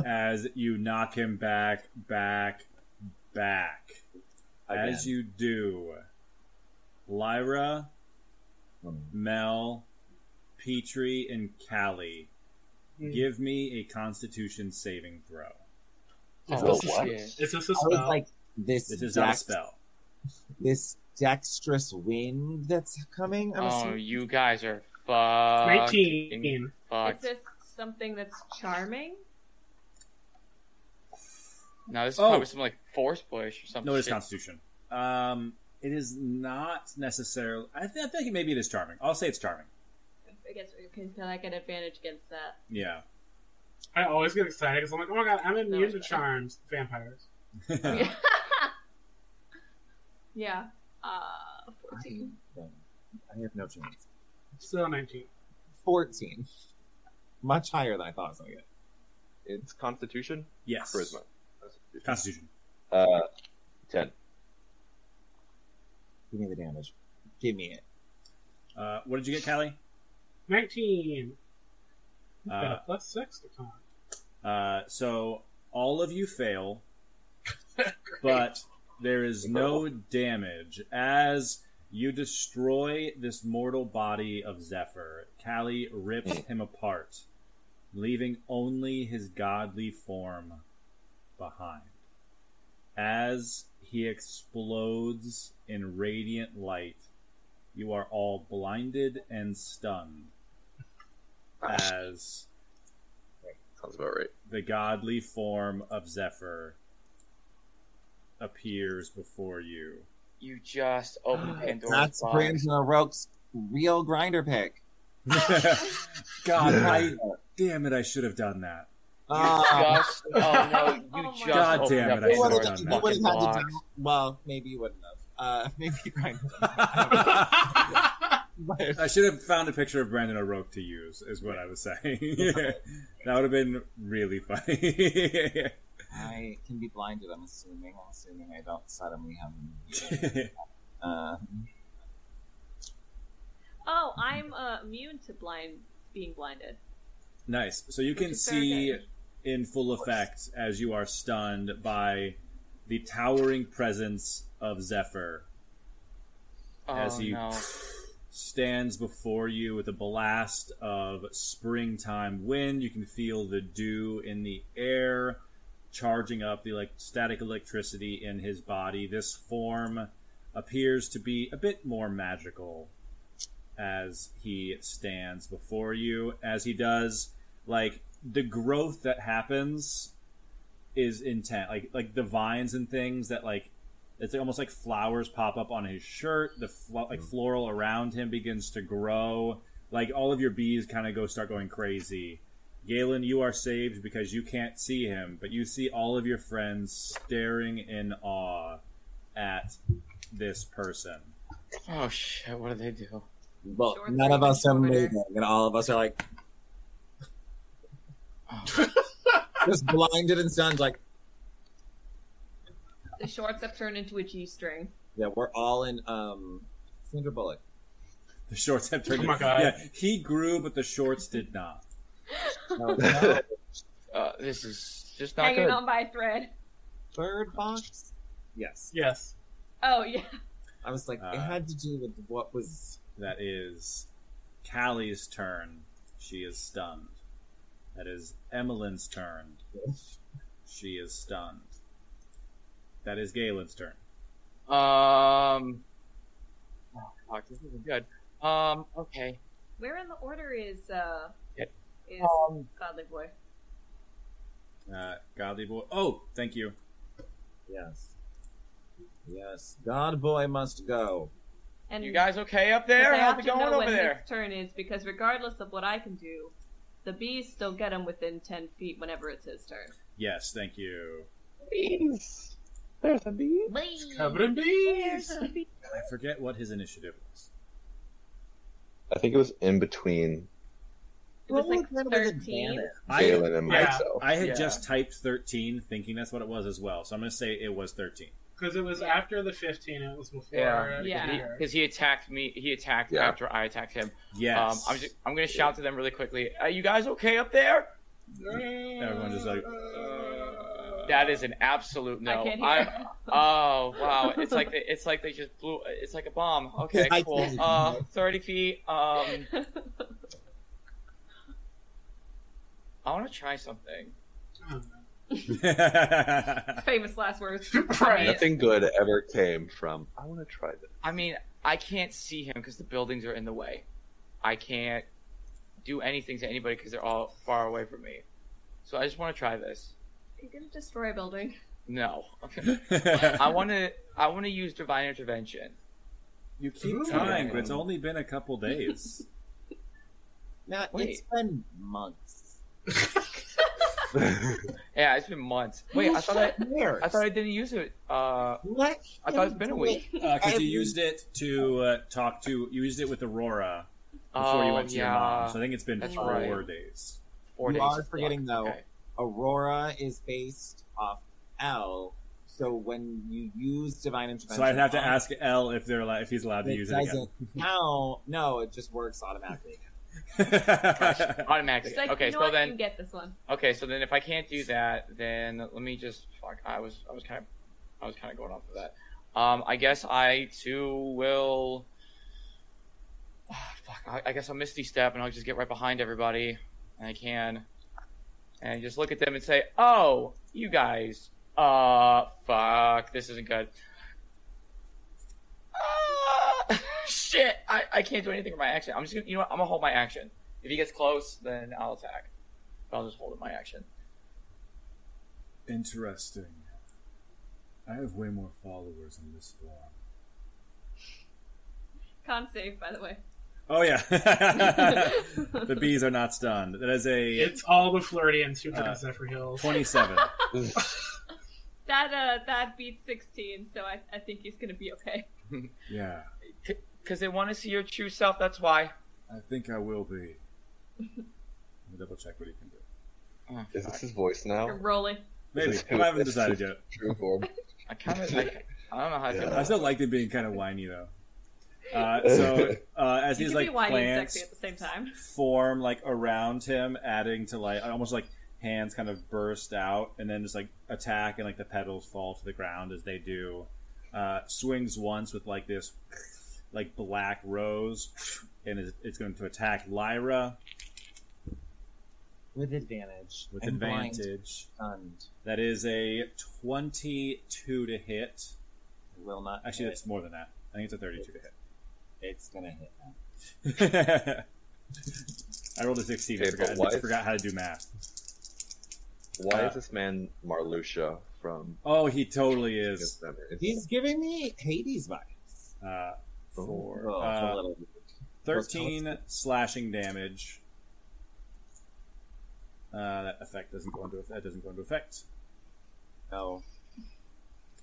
A: as you knock him back, back, back.
C: Again.
A: As you do, Lyra, Mel, Petrie, and Callie,
B: Hmm.
A: give me a Constitution saving throw.
B: Is,
C: Roll
B: this a,
C: what?
E: Oh, shit.
B: is this a
G: I was
B: spell?
G: like, this,
A: This is not a
G: dex-
A: spell.
G: this dexterous wind that's coming. I'm
E: Oh,
G: assuming-
E: you guys are
D: Uh,
E: fucking
B: 19.
D: Is
E: fucked.
D: this something that's charming?
E: No, this is
A: Oh.
E: probably some like force push or something.
A: No, it is
E: shit.
A: Constitution. Um, it is not necessarily. I, th- I think maybe it is charming. I'll say it's charming.
D: I guess can, can I get advantage against that?
A: Yeah.
B: I always get excited because I'm like, oh my god, I'm immune
D: it's
B: to
D: fine.
B: charms, vampires.
D: Yeah. yeah. Uh, fourteen.
G: I have no chance.
B: Still 19.
G: 14. Much higher than I thought it was going to get.
C: It's Constitution?
A: yes.
C: Charisma.
A: Constitution.
C: Uh, 10.
G: Give me the damage. Give me it.
A: Uh, what did you get, Callie?
B: 19. Got
A: Uh,
B: a plus 6 to con.
A: Uh, so all of you fail, but there is no damage as you destroy this mortal body of Zephyr. Callie rips him apart, leaving only his godly form behind. As he explodes in radiant light, you are all blinded and stunned as
C: Sounds about right.
A: the godly form of Zephyr appears before you.
E: You just opened Pandora's
G: That's
E: box.
G: Brandon O'Rourke's real grinder pick.
A: God, I damn it! I should have done that.
G: Ah.
E: Just, oh no, you
D: Oh my
E: just
A: God
E: opened
A: damn
E: up
A: it, I
G: You
A: should've
E: Pandora's
G: would've-
A: done
G: you
A: that.
G: would've
E: fucking
G: had to
E: box.
G: do- Well, maybe you wouldn't have. Uh, maybe grinder.
A: I should have found a picture of Brandon O'Rourke to use, is what I was saying. That would have been really funny.
G: I can be blinded. I'm assuming. I'm assuming I don't suddenly have. Uh,
D: Oh, I'm uh, immune to blind being blinded.
A: nice. So you can
D: is fair
A: see
D: game.
A: in full effect as you are stunned by the towering presence of Zephyr
E: Oh,
A: as he
E: no.
A: stands before you with a blast of springtime wind. You can feel the dew in the air, charging up the like static electricity in his body. This form appears to be a bit more magical as he stands before you. As he does, like the growth that happens is intense. Like like the vines and things that like it's almost like flowers pop up on his shirt. The fl- like floral around him begins to grow. Like all of your bees kind of go start going crazy. Galen, you are saved because you can't see him, but you see all of your friends staring in awe at this person.
E: oh shit! What do they do?
G: well,
D: Short
G: none of us are
D: three-minute shorter.
G: moving, and all of us are like
E: Oh.
G: just blinded and stunned. Like,
D: The shorts have turned into a G string.
G: yeah, we're all in. Um, Sandra Bullock.
A: The shorts have turned.
B: Oh my God.
A: Yeah, he grew, but the shorts did not.
G: No, no,
E: Uh, this is just not
D: Hanging
E: good.
D: on by a thread.
G: Bird Box. Yes,
B: Yes.
D: Oh, yeah.
G: I was like, it
A: Uh,
G: had to do with what was.
A: That is Callie's turn. She is stunned. That is Emmeline's turn. She is stunned. That is Galen's turn.
E: Um. Oh, fuck, this isn't good. Um. Okay.
D: Where in the order is, uh,
E: Yeah.
D: is
E: Um.
D: Godly Boy?
A: Uh, godly boy. Oh, thank you.
G: Yes. Yes. God boy must go.
D: And
E: You guys okay up
D: Because
E: there?
D: I
E: How's
D: have
E: it
D: to
E: going
D: know
E: over
D: when
E: there?
D: his turn is because regardless of what I can do, the bees still get him within ten feet whenever it's his turn.
A: Yes, thank you.
C: Beans. There's a bee.
B: It's covered in bees.
A: I forget what his initiative was.
C: I think it was in between
D: It was
G: Roll
D: like
G: again with
D: thirteen.
G: advantage.
A: I,
C: Galen and
B: yeah.
C: myself.
A: I had
E: Yeah.
A: just typed 13 thinking that's what it was as well, so I'm going to say it was 13.
B: Because it was
D: Yeah.
B: after the 15, it was before.
E: Yeah.
B: uh,
D: Yeah.
B: Peter.
E: Because he attacked me. He attacked
C: Yeah.
E: after I attacked him.
A: Yes.
E: Um. I'm just. I'm gonna shout to them really quickly. Are you guys okay up there?
A: Everyone just like,
B: Uh,
E: That is an absolute no.
D: I can't hear.
E: I- Oh wow! It's like they, it's like they just blew. It's like a bomb. Okay,
G: I
E: cool.
G: can't.
E: Uh, thirty feet. Um, I want to try something.
D: Famous last words.
B: Right.
C: Nothing good ever came from. I want to try this.
E: I mean, I can't see him because the buildings are in the way. I can't do anything to anybody because they're all far away from me. So I just want to try this.
D: You're gonna destroy a building.
E: No. Okay. I want to. I want to use divine intervention.
A: you keep
B: Ooh.
A: trying, but it's only been a couple days.
G: Now it's
E: Wait.
G: been months.
E: Yeah, it's been months. Wait, I thought I, I thought I didn't use it. Uh,
G: Let
E: I thought
G: him
E: it's been a
G: do
E: week.
G: it.
A: Because
G: Every-
A: Uh, you used it to uh, talk to, you used it with Aurora before you
E: oh
A: went to your
E: yeah,
A: mom, so I think it's been
E: That's
A: four
E: right.
A: days.
E: four
G: You
E: days.
G: are forgetting, though.
E: Okay.
G: Aurora is based off L, so when you use divine intervention,
A: So I'd have to
G: on-
A: ask L if they're allo- if he's allowed to
G: It
A: use it again.
G: doesn't. No, no, it just works automatically.
E: automatically.
D: She's like,
E: okay,
D: you know
E: so
D: what?
E: then
D: you can get this one.
E: okay, so then if I can't do that, then let me just fuck. I was I was kind of I was kind of going off of that. Um, I guess I too will. Ah, fuck, I, I guess I'll misty step and I'll just get right behind everybody, and I can, and just look at them and say, "Oh, you guys, uh, fuck, this isn't good." Ah, shit, I, I can't do anything with my action. I'm just gonna, you know what? I'm gonna hold my action. If he gets close, then I'll attack. But I'll just hold up my action.
A: Interesting. I have way more followers in this form.
D: Con save, by the way.
A: Oh yeah, the bees are not stunned. That is a
B: It's all the Floridians who
A: Uh,
B: got Zephyr Hills.
A: twenty-seven.
D: That uh, that beats sixteen, so I, I think he's gonna be okay.
A: yeah.
E: C- Because they want to see your true self. That's why.
A: I think I will be. Let me double check what he can do.
E: Oh,
C: Is
E: fuck.
C: this his voice now?
D: You're rolling.
A: Maybe.
C: This is-
A: I haven't
C: this
A: decided
C: is-
A: yet.
C: True form.
E: I kind of. I, I don't know how I feel.
A: I
E: about
A: still liked him being kind of whiny though. Uh, so uh, as
D: You
A: he's
D: can
A: like
D: be whiny and
A: plants
D: sexy at the same time.
A: form like around him, adding to like almost like hands kind of burst out and then just like attack and like the petals fall to the ground as they do. Uh, swings once with like this like black rose and it's- it's going to attack Lyra
G: With advantage.
A: with
G: I'm blind.
A: advantage.
G: Stunned.
A: That is a 22 to hit.
G: Will not.
A: Actually,
G: hit.
A: that's more than that. I think it's a 32 to hit.
G: it's gonna hit. now.
A: I rolled a 16. I,
C: Okay,
A: forgot,
C: but why-
A: I forgot how to do math.
C: Why
A: Uh,
C: is this man Marluxia from
A: Oh, he totally
C: his
A: is.
C: memories?
G: He's giving me Hades vibes.
A: Uh,
C: Four.
G: Oh, it's
A: Uh,
G: a little.
A: 13 slashing damage. Uh, that effect doesn't go into that doesn't go into effect.
G: No.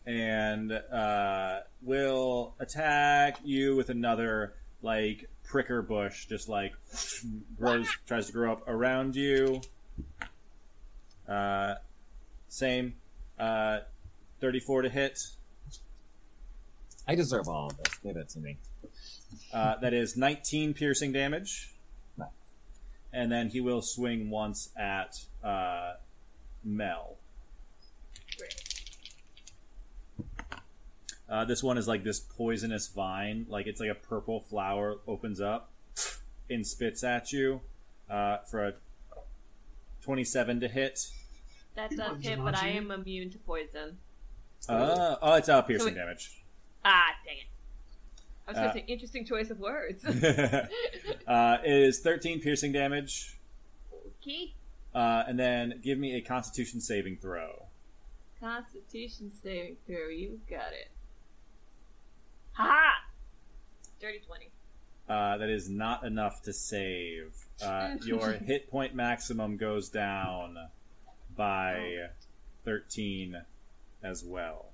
A: and uh, will attack you with another like pricker bush, just like grows, tries to grow up around you. Uh, same, uh, thirty-four to hit.
G: I deserve all of this. Give it to me.
A: Uh, that is nineteen piercing damage,
G: Nice.
A: and then he will swing once at uh, Mel. Uh, this one is like this poisonous vine. Like it's like a purple flower opens up and spits at you uh, for a 27 to hit.
D: That does hit, but I am immune to poison.
A: Uh, oh, it's uh, piercing
D: So it-
A: damage.
D: Ah, dang it. I was going
A: Uh,
D: to say, interesting choice of words.
A: uh, it is 13 piercing damage.
D: Key
A: Uh, and then give me a constitution saving throw.
D: Constitution saving throw. You got it. Ha ha! Dirty 20.
A: Uh, that is not enough to save. Uh, your hit point maximum goes down by 13 as well.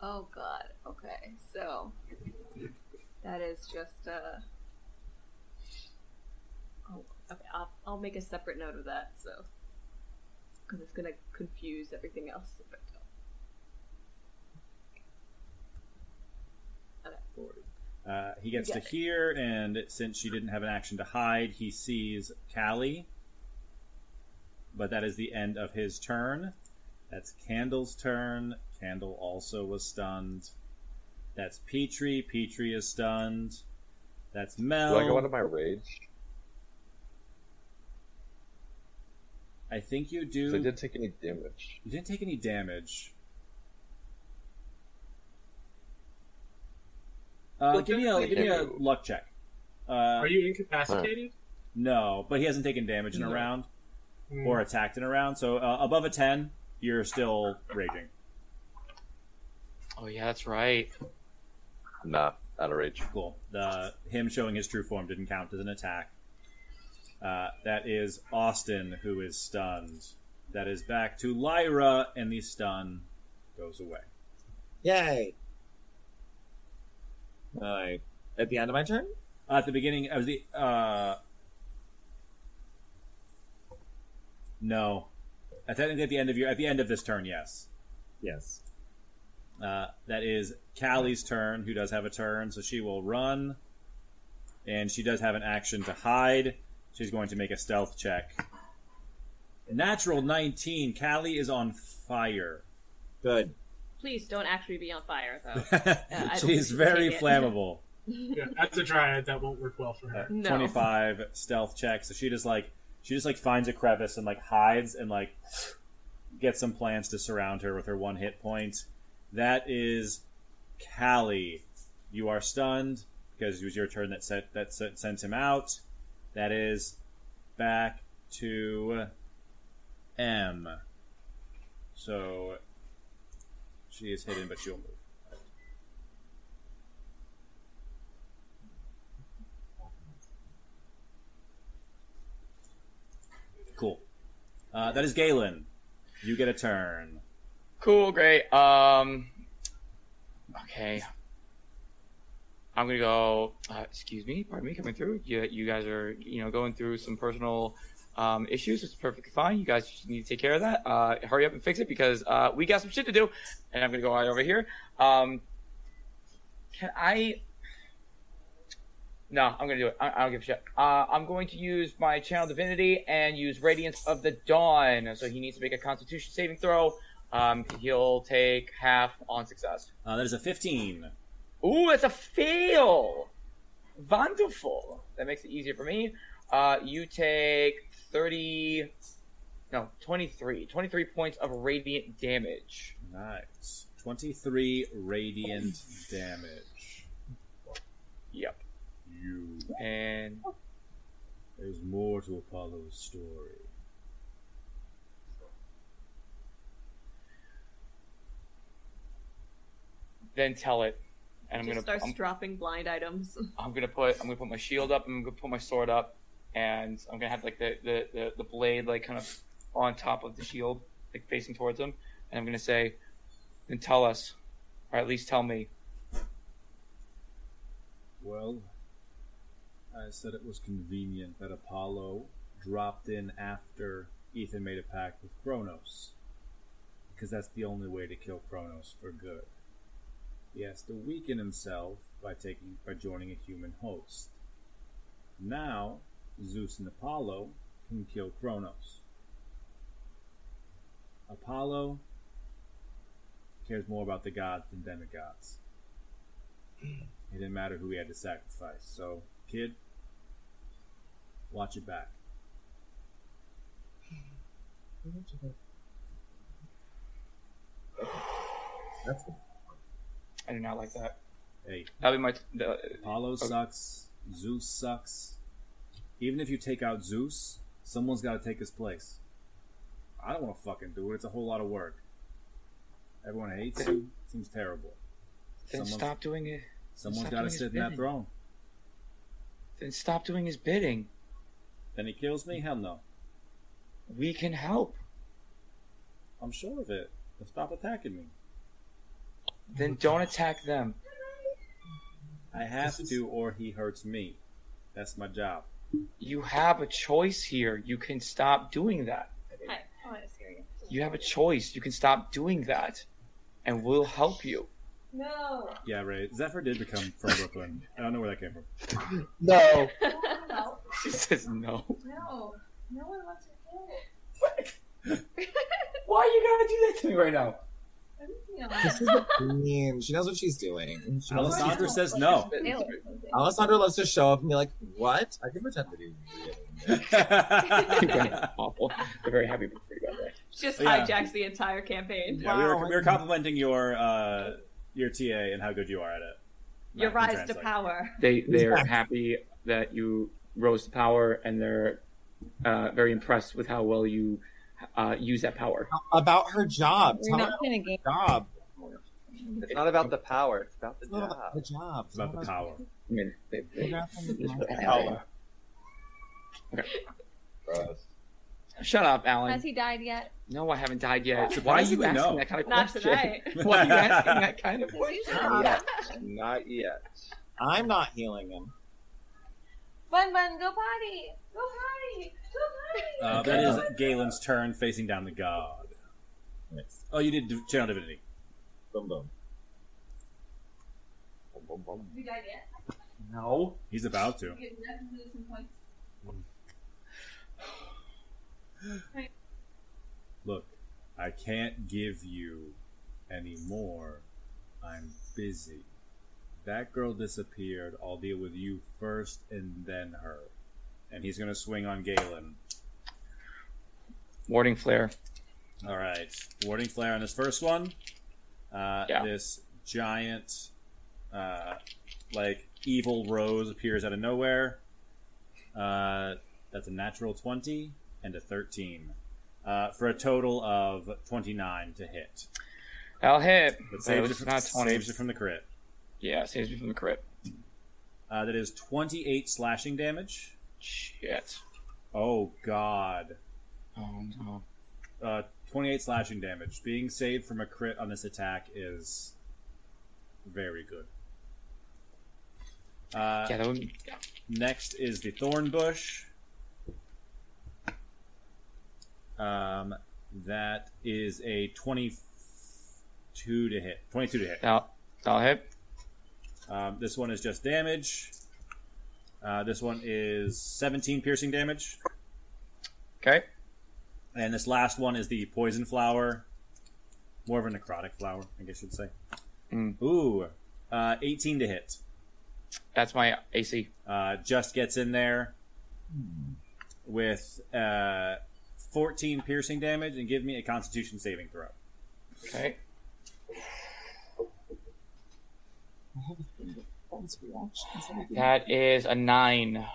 D: Oh god. Okay, so. That is just, uh. Oh, okay, I'll, I'll make a separate note of that, so. Because it's gonna confuse everything else if I don't.
A: Uh, he gets
D: Got
A: to
D: it.
A: hear, and since she didn't have an action to hide, he sees Callie. But that is the end of his turn. That's Candle's turn. Candle also was stunned. That's Petrie. Petrie is stunned. That's Mel.
C: Do I go out of my rage?
A: I think you
C: 'Cause
A: do.
C: I didn't take any damage.
A: You didn't take any damage. Uh,
B: Well,
A: give me a give me a
C: technically-
A: luck check. Uh,
B: Are you incapacitated?
A: No, but he hasn't taken damage in a
G: No.
A: round
B: Hmm.
A: or attacked in a round. So uh, above a ten, you're still raging.
E: it. Oh yeah, that's right.
C: Nah, out of rage.
A: Cool. The him showing his true form didn't count as an attack. Uh, that is Austin who is stunned. That is back to Lyra, and the stun goes away.
G: Yay! Alright. At the end of my turn?
A: at the beginning of the uh no at technically at the end of your at the end of this turn yes
G: Yes.
A: uh, that is Callie's turn who does have a turn so she will run and she does have an action to hide she's going to make a stealth check natural 19 Callie is on fire
G: Good.
D: Please don't actually be on fire, though. I
A: she is very
D: take it.
A: flammable
B: Mm, Yeah, as a dryad, that won't work well for her.
D: No.
A: 25 uh, stealth check. So she just like she just like finds a crevice and like hides and like gets some plants to surround her with her one hit point. That is Callie. You are stunned because it was your turn that set that set, sent him out. That is back to M. So she is hidden, but she'll move. Cool. Uh, that is Galen. You get a turn.
E: Cool, great. Um, okay. I'm gonna go. Uh, excuse me, pardon me, coming through. You, you guys are, you know, going through some personal um, issues. It's perfectly fine. You guys just need to take care of that. Uh, hurry up and fix it because uh, we got some shit to do. And I'm gonna go right over here. Um, can I? No, I'm gonna do it. I, I don't give a shit. Uh, I'm going to use my channel divinity and use Radiance of the Dawn. So he needs to make a Constitution saving throw. Um, he'll take half on success.
A: Uh, that is a 15.
E: Ooh, that's a fail. Wonderful. That makes it easier for me. Uh, you take 30, no, 23. 23 points of radiant damage.
A: Nice. 23 radiant damage.
E: Yep.
A: You.
E: And
A: There's more to Apollo's story.
E: then tell it. And I'm
D: Just
E: gonna,
D: starts
E: I'm,
D: dropping blind items.
E: I'm gonna put, I'm gonna put my shield up. I'm gonna put my sword up, and I'm gonna have like the the, the, the blade like kind of on top of the shield, like facing towards him. And I'm gonna say, then tell us, or at least tell me.
A: Well, I said it was convenient that Apollo dropped in after Ethan made a pact with Kronos. Because that's the only way to kill Kronos for good. He has to weaken himself by taking by joining a human host. Now, Zeus and Apollo can kill Kronos. Apollo cares more about the gods than demigods. It didn't matter who he had to sacrifice. So, kid, watch it back.
G: That's
E: I do not like that.
A: Hey,
E: That'll be my. The,
A: Apollo
E: Okay.
A: sucks. Zeus sucks. Even if you take out Zeus, someone's got to take his place. I don't want to fucking do it. It's a whole lot of work. Everyone hates you. Seems terrible.
E: then
A: Someone's-
E: stop doing it.
A: Someone's
E: Stop
A: got to
E: doing his
A: sit in that
E: bidding.
A: throne.
E: Then stop doing his bidding.
A: Then he kills me? Hell no.
E: We can help.
A: I'm sure of it. Then stop attacking me.
E: Then don't attack them.
A: I have
B: This is-
A: to, or he hurts me. That's my job.
E: You have a choice here. You can stop doing that.
D: Hi.
H: Oh,
D: I want to scare you.
E: You have a choice. You can stop doing that, and we'll help you.
D: No.
H: Oh,
A: Yeah, Ray. Zephyr did become from Brooklyn. I don't know where that came from.
C: No.
D: no.
E: She says no.
D: No. No one wants to kill.
E: Why are you gonna do that to me right now?
D: Everything
G: mean. She knows what she's doing. She knows-
D: Alessandra-
A: Alessandra says no.
D: else.
G: Alessandra loves to show up and be like, "What? I can pretend to do."
A: yeah,
E: Awful. They're very happy for you, by the way.
D: Just
A: Yeah.
D: hijacks the entire campaign.
A: we were,
G: Wow.
A: we were complimenting your uh, your TA and how good you are at it.
D: Your
A: Not in
D: rise to
A: translate.
D: power.
E: They they're happy that you rose to power, and they're uh, very impressed with how well you uh, use that power.
G: About her job.
H: We're
G: Tell
H: not
G: her
H: playing a game.
G: about her job.
C: It's not about the power. It's about the
G: It's not about
C: job.
G: the job.
A: It's about the power.
E: I mean, they, they,
C: Gross.
E: shut up, Alan.
H: Has he died yet?
E: No, I haven't died yet. Why are you
A: Surprisingly,
E: asking
A: no.
E: that kind of
D: Not
E: question?
D: tonight.
E: Why are you asking that kind of question?
C: Not yet. Not yet.
G: I'm not healing him.
H: Bun Bun, go potty. Go potty. Go
A: Uh, that is Galen's turn, facing down the god.
G: Nice.
A: Oh, you did div- channel divinity.
G: Boom boom.
C: Boom, boom, boom.
H: You died yet?
E: No.
A: He's about to.
H: Get nothing to some points.
A: Look, I can't give you any more. I'm busy. That girl disappeared. I'll deal with you first and then her. And he's gonna swing on Galen.
E: Warning flare.
A: All right, warning flare on this first one. Uh,
E: Yeah.
A: This giant, uh, like evil rose appears out of nowhere. Uh, that's a natural twenty and a thirteen, uh, for a total of twenty-nine to hit.
E: I'll hit.
A: But
E: Oh,
A: saves,
E: it's
A: you from,
E: not 20.
A: saves you from the crit.
E: Yeah, saves me from the crit.
A: Uh, that is twenty-eight slashing damage.
E: Shit.
A: Oh God,
E: Oh no.
A: uh, twenty-eight slashing damage. Being saved from a crit on this attack is very good. Uh,
E: Yeah, that would. Yeah.
A: Next is the thorn bush. Um, that is a twenty-two to hit. Twenty-two to hit.
E: Now, I'll hit.
A: Um, this one is just damage. Uh, this one is seventeen piercing damage,
E: Okay.
A: and this last one is the poison flower, more of a necrotic flower, I guess you'd say.
E: Mm.
A: Ooh, uh, eighteen to hit.
E: That's my AC.
A: Uh, just gets in there
G: Hmm.
A: with uh, 14 piercing damage and give me a constitution saving throw.
E: Okay. That is a nine.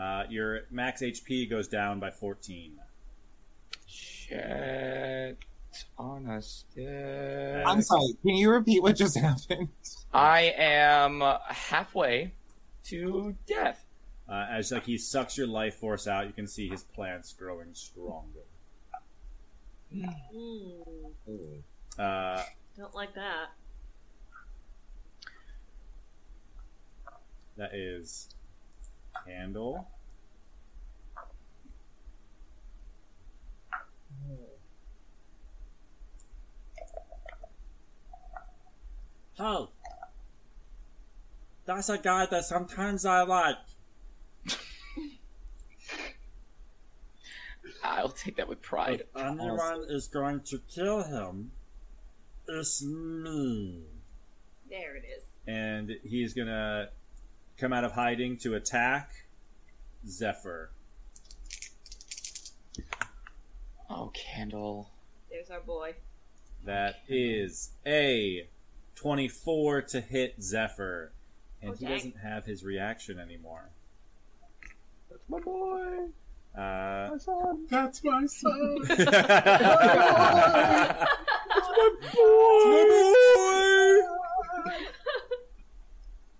A: Uh, your max HP goes down by 14.
E: Shit on a stick.
G: I'm sorry. Can you repeat what just happened?
E: I am halfway to death.
A: Uh, as like he sucks your life force out, you can see his plants growing stronger.
D: Mm,
A: Uh,
D: don't like that.
A: that is Candle. Oh, that's a guy that sometimes I like.
E: I'll take that with pride.
A: If anyone is going to kill him, it's me.
D: There it is.
A: And he's gonna come out of hiding to attack Zephyr.
E: Oh, candle.
D: There's our boy.
A: That is a 24 to hit Zephyr. And
D: Oh,
A: he
D: dang.
A: doesn't have his reaction anymore.
C: That's my boy.
A: Uh,
C: My son.
B: That's my son.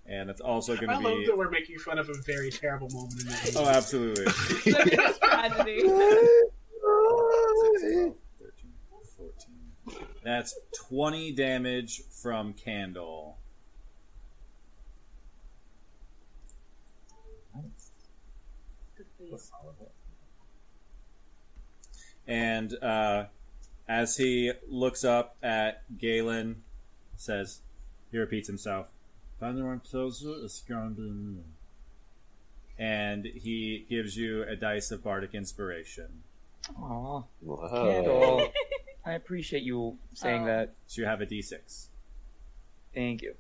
A: and it's also
B: I
A: gonna
B: love
A: be.
B: that we're making fun of a very terrible moment in the movie.
A: Oh, absolutely.
D: Look at this tragedy.
A: That's 20 damage from Candle.
D: Please.
A: And uh, as he looks up at Galen, says, he repeats himself, If anyone kills you, it's going to be me. And he gives you a dice of bardic inspiration.
E: Aw,
C: Whoa.
E: candle. I appreciate you saying
D: Oh.
E: that.
A: So you have a d6.
E: Thank you.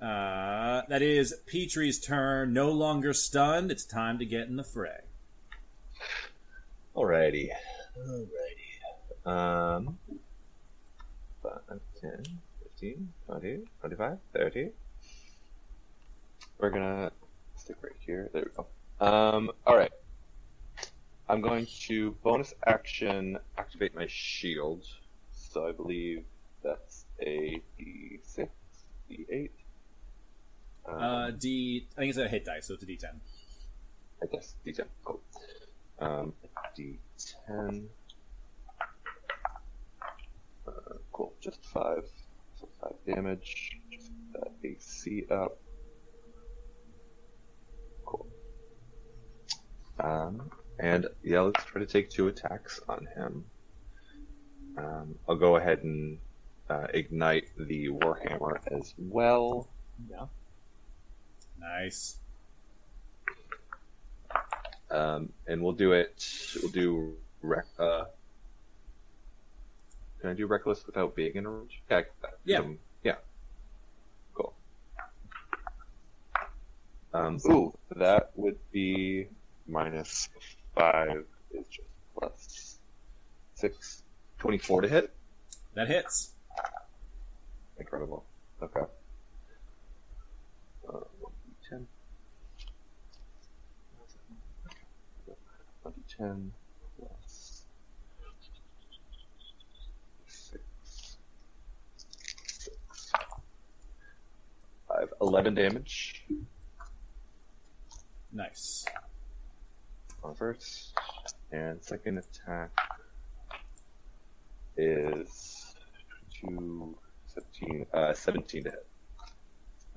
A: Uh, that is Petrie's turn. No longer stunned, it's time to get in the fray.
C: Alrighty. Alrighty. Um, 5, 10, 15, 20, 25, 30. We're gonna stick right here. There we go. Um, alright. I'm going to bonus action activate my shield. So I believe that's a d6, d8. Um,
A: Uh, D. I think it's a hit dice, so it's a D10.
C: I guess D10. Cool. Um, D10. Uh, cool. Just five. So five damage. Just that AC up. Cool. Um, and yeah, let's try to take two attacks on him. Um, I'll go ahead and uh, ignite the warhammer as well.
A: Nice.
C: Um, and we'll do it. We'll do. Rec- uh, can I do reckless without being in a range? Yeah. I can do that.
A: Yeah.
C: Um, yeah. Cool. Um, ooh, that would be minus five is just plus six. 24 to hit.
A: That hits.
C: Incredible. Okay. Uh, 1d10. 1d10 plus 6. 6. 5. 11 damage
A: Nice.
C: on first. And second attack is 2, 17, uh, 17 to hit.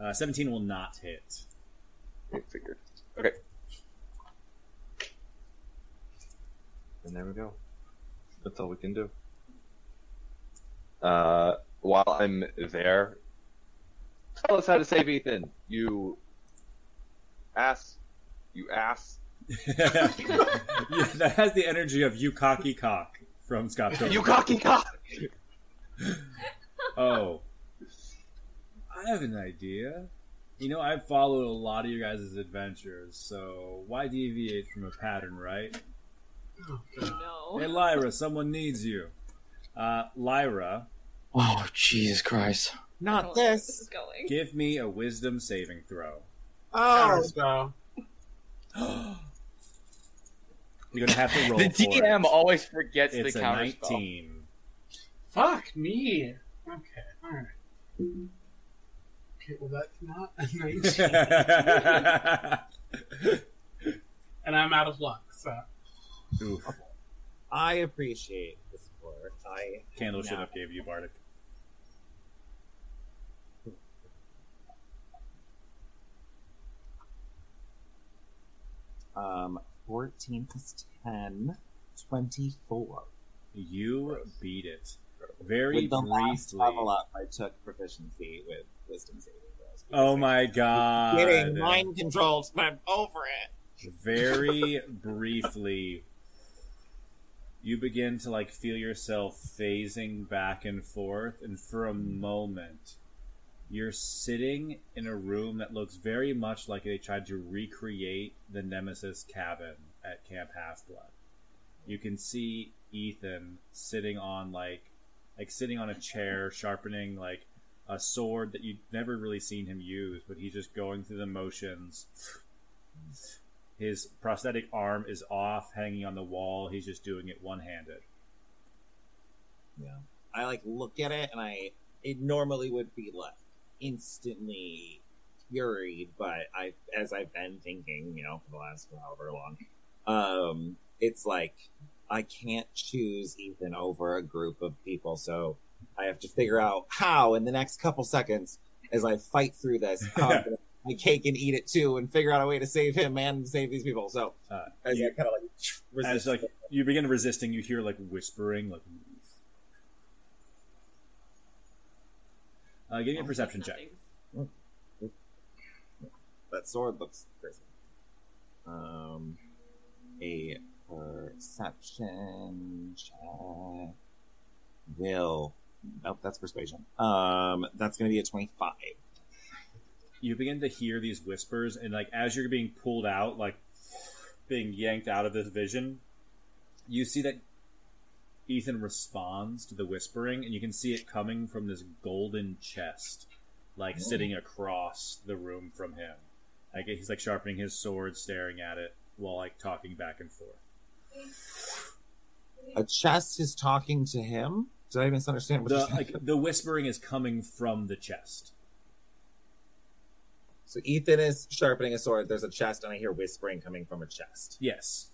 A: Uh, 17 will not hit.
C: I figured. Okay. And there we go. That's all we can do. Uh, while I'm there, tell us how to save Ethan. You ass. You ass.
A: yeah, that has the energy of you cocky cock from Scott Pilgrim.
C: You cocky cock!
A: oh. I have an idea. You know, I've followed a lot of you guys' adventures, so why deviate from a pattern, right?
B: Oh, God.
A: Hey,
D: No.
A: Lyra, someone needs you. Uh, Lyra,
E: Oh Jesus Christ!
D: I don't
G: Not
D: like where This
G: this.
D: is going.
A: give me a wisdom saving throw.
G: Oh,
B: Counter spell.
A: You're going to have to roll
E: the
A: for it.
E: DM always forgets
A: It's
E: the
A: a
E: counter
A: 19.
B: Fuck me. Okay, alright. Okay, well, that's not a 19. and I'm out of luck, so.
A: Oof.
G: I appreciate the support. I
A: Candle should
G: No.
A: have gave you Bardic.
G: um 14 plus 10 24
A: You beat it. Very
G: with the last
A: briefly.
G: level up i took proficiency with wisdom saving throws
A: Oh
G: because
A: my god.
G: I'm getting mind controlled but i'm over it
A: very briefly you begin to like feel yourself phasing back and forth and for a moment you're sitting in a room that looks very much like they tried to recreate the nemesis cabin at camp half-blood you can see ethan sitting on like like sitting on a chair sharpening like a sword that you've never really seen him use but he's just going through the motions his prosthetic arm is off, hanging on the wall. He's just doing it one handed.
G: yeah i like look at it and i it normally would be like instantly furied but i as i've been thinking you know for the last however long um it's like i can't choose ethan over a group of people so i have to figure out how in the next couple seconds as i fight through this how I'm gonna my cake and eat it too and figure out a way to save him and save these people so
A: Uh,
G: as
A: you-
G: i kind of like
A: As
G: resist
A: like you begin resisting, you hear like whispering, like. Uh, give me a perception check.
D: Nothing's-
G: That sword looks crazy. Um, a perception check will. Nope, that's persuasion. Um, that's gonna be a twenty-five.
A: You begin to hear these whispers, and like as you're being pulled out, like being yanked out of this vision, you see that Ethan responds to the whispering, and you can see it coming from this golden chest, like sitting across the room from him. Like he's like sharpening his sword, staring at it while like talking back and forth.
G: A chest is talking to him. Did I misunderstand what
A: The
G: you said?
A: like the whispering is coming from the chest.
G: so Ethan is sharpening a sword. There's a chest, and I hear whispering coming from a chest.
A: Yes,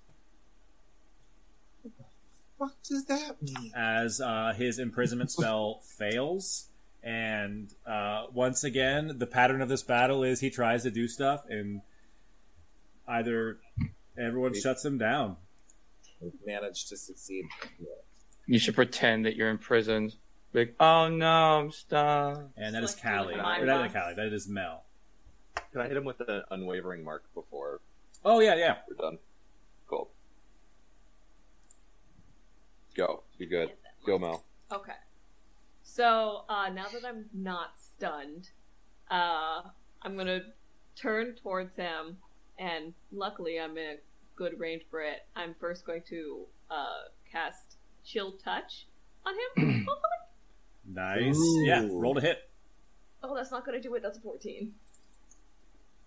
G: What does that mean?
A: as uh, his imprisonment spell fails. And uh, once again, the pattern of this battle is he tries to do stuff, and either everyone shuts him down.
G: We've managed to succeed.
E: You should pretend that you're imprisoned. Like, oh no, I'm stuck.
A: And that is
D: Just like
A: Callie.
D: doing
A: Or
C: my
A: not
D: boss.
A: Callie, that is Mel.
C: Can I hit him with an unwavering mark before
A: Oh, yeah, yeah.
C: we're done? Cool. Go. Be good. Go, Mel.
D: Okay. So uh, now that I'm not stunned, uh, I'm gonna turn towards him, and luckily I'm in a good range for it. I'm first going to uh, cast Chill Touch on him. oh,
A: Nice.
G: Ooh.
A: Yeah, roll to hit.
D: oh, that's not gonna do it. That's a 14.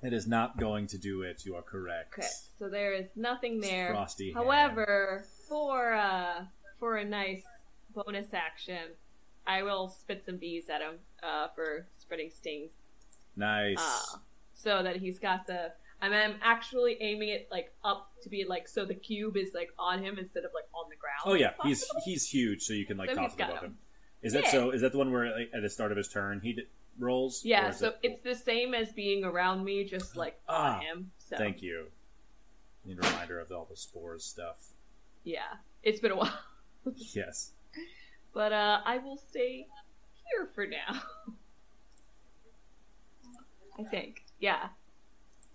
A: It is not going to do it. You are correct.
D: Okay, so there is nothing there.
A: Frosty. hand.
D: However, for uh, for a nice bonus action, I will spit some bees at him uh, for spreading stings.
A: Nice.
D: Uh, so that he's got the. I mean, I'm actually aiming it like up to be like so the cube is like on him instead of like on the ground.
A: oh, yeah. He's he's huge, so you can, like,
D: So he's
A: toss it
D: got
A: above him.
D: him.
A: Is that
D: Yeah.
A: so? Is that the one where, like, at the start of his turn, he d- rolls?
D: Yeah,
A: or is
D: so
A: it-
D: it's the same as being around me, just like
A: Ah,
D: on him. So
A: Thank you. Need a reminder of all the spores stuff.
D: yeah, it's been a while,
A: Yes.
D: but uh, I will stay here for now. I think. Yeah,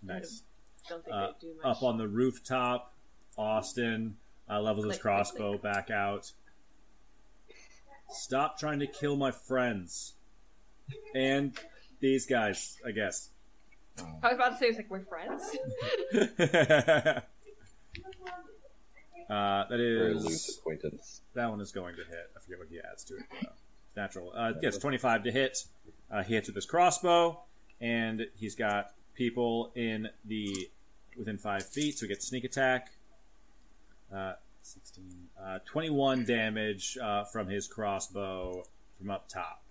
A: Nice.
D: don't think
A: Uh,
D: I do much.
A: Up on the rooftop, Austin uh, levels his
D: Click, click,
A: crossbow back out. Stop trying to kill my friends. And these guys, I guess.
D: I was about to say it's like we're friends.
A: uh, that
C: Very
A: is.
C: loose acquaintance.
A: That one is going to hit. I forget what he adds to it. though. Natural. Uh, yes, 25 to hit. Uh, he hits with his crossbow, and he's got people in the within five feet, so he gets sneak attack. Uh, 16, uh, 21 damage uh, from his crossbow from up top.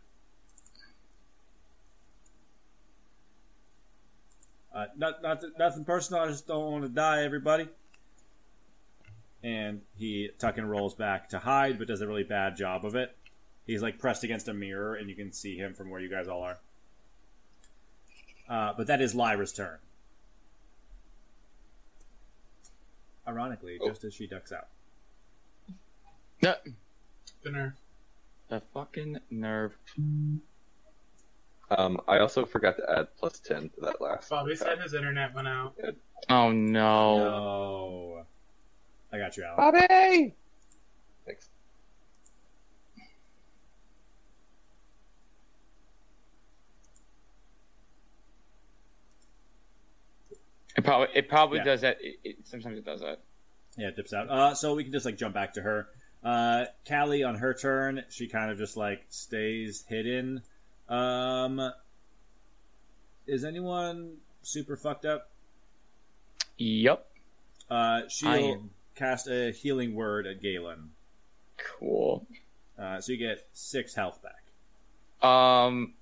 A: Uh, not, not, nothing personal. I just don't want to die, everybody and he tuck and rolls back to hide, but does a really bad job of it. He's like pressed against a mirror, and you can see him from where you guys all are. Uh, but that is Lyra's turn. Ironically,
C: Oh.
A: just as she ducks out.
B: The nerve.
E: The fucking nerve.
C: Um, I also forgot to add plus ten to that last.
B: Bobby said
C: attack.
B: his internet went out.
E: Oh no.
A: Oh, I got you, Alan.
C: Bobby. Thanks.
E: It probably it probably
A: Yeah.
E: does that. It, it, sometimes it does that.
A: Yeah, it dips out. Uh, so we can just like jump back to her. Uh, Callie on her turn, she kind of just like stays hidden. Um, is anyone super fucked up?
E: Yep.
A: Uh, she'll
E: I am.
A: cast a healing word at Galen.
E: Cool.
A: Uh, so you get six health back.
E: Um,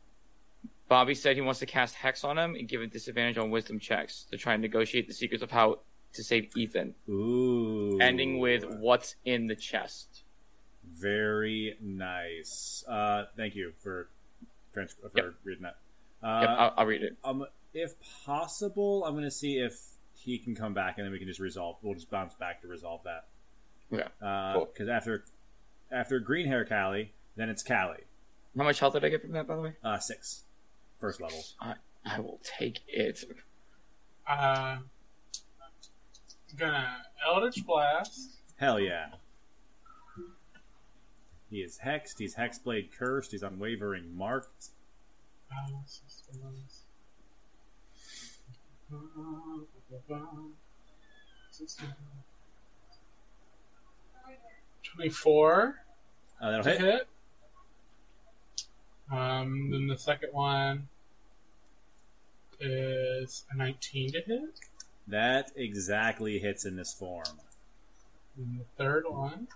E: Bobby said he wants to cast hex on him and give a disadvantage on wisdom checks to try and negotiate the secrets of how to save Ethan,
A: Ooh.
E: ending with what's in the chest.
A: Very nice. Uh, thank you for, trans- for
E: Yep.
A: reading that. Uh,
E: yep, I'll, I'll read it.
A: um, if possible, I'm going to see if he can come back, and then we can just resolve. We'll just bounce back to resolve that.
E: Okay.
A: Because
C: Cool.
A: after after green hair Callie, then it's Callie.
E: How much health did I get from that, by the way?
A: Uh, six. First level.
E: I will take it.
B: Uh, gonna Eldritch Blast.
A: Hell yeah. He is hexed, he's hexblade cursed, he's unwavering marked.
B: Uh, what's this one? 16. 24
A: Uh, that'll
B: to
A: hit.
B: hit. Um, then the second one is a 19 to hit.
A: That exactly hits in this form.
B: And the third one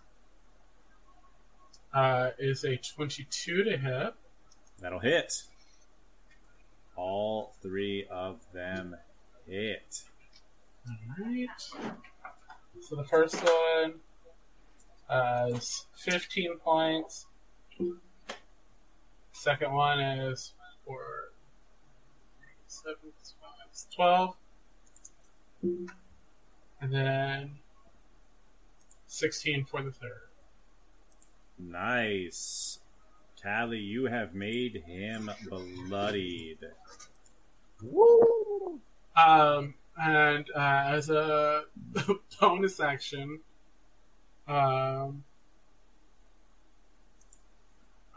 B: uh, is a 22 to hit.
A: That'll hit. All three of them hit.
B: Alright. So the first one uh, is 15 points. Second one is for 7, it's five, it's 12. And then 16 for the third.
A: Nice. Callie, you have made him bloodied.
B: Um, and uh, as a bonus action, um,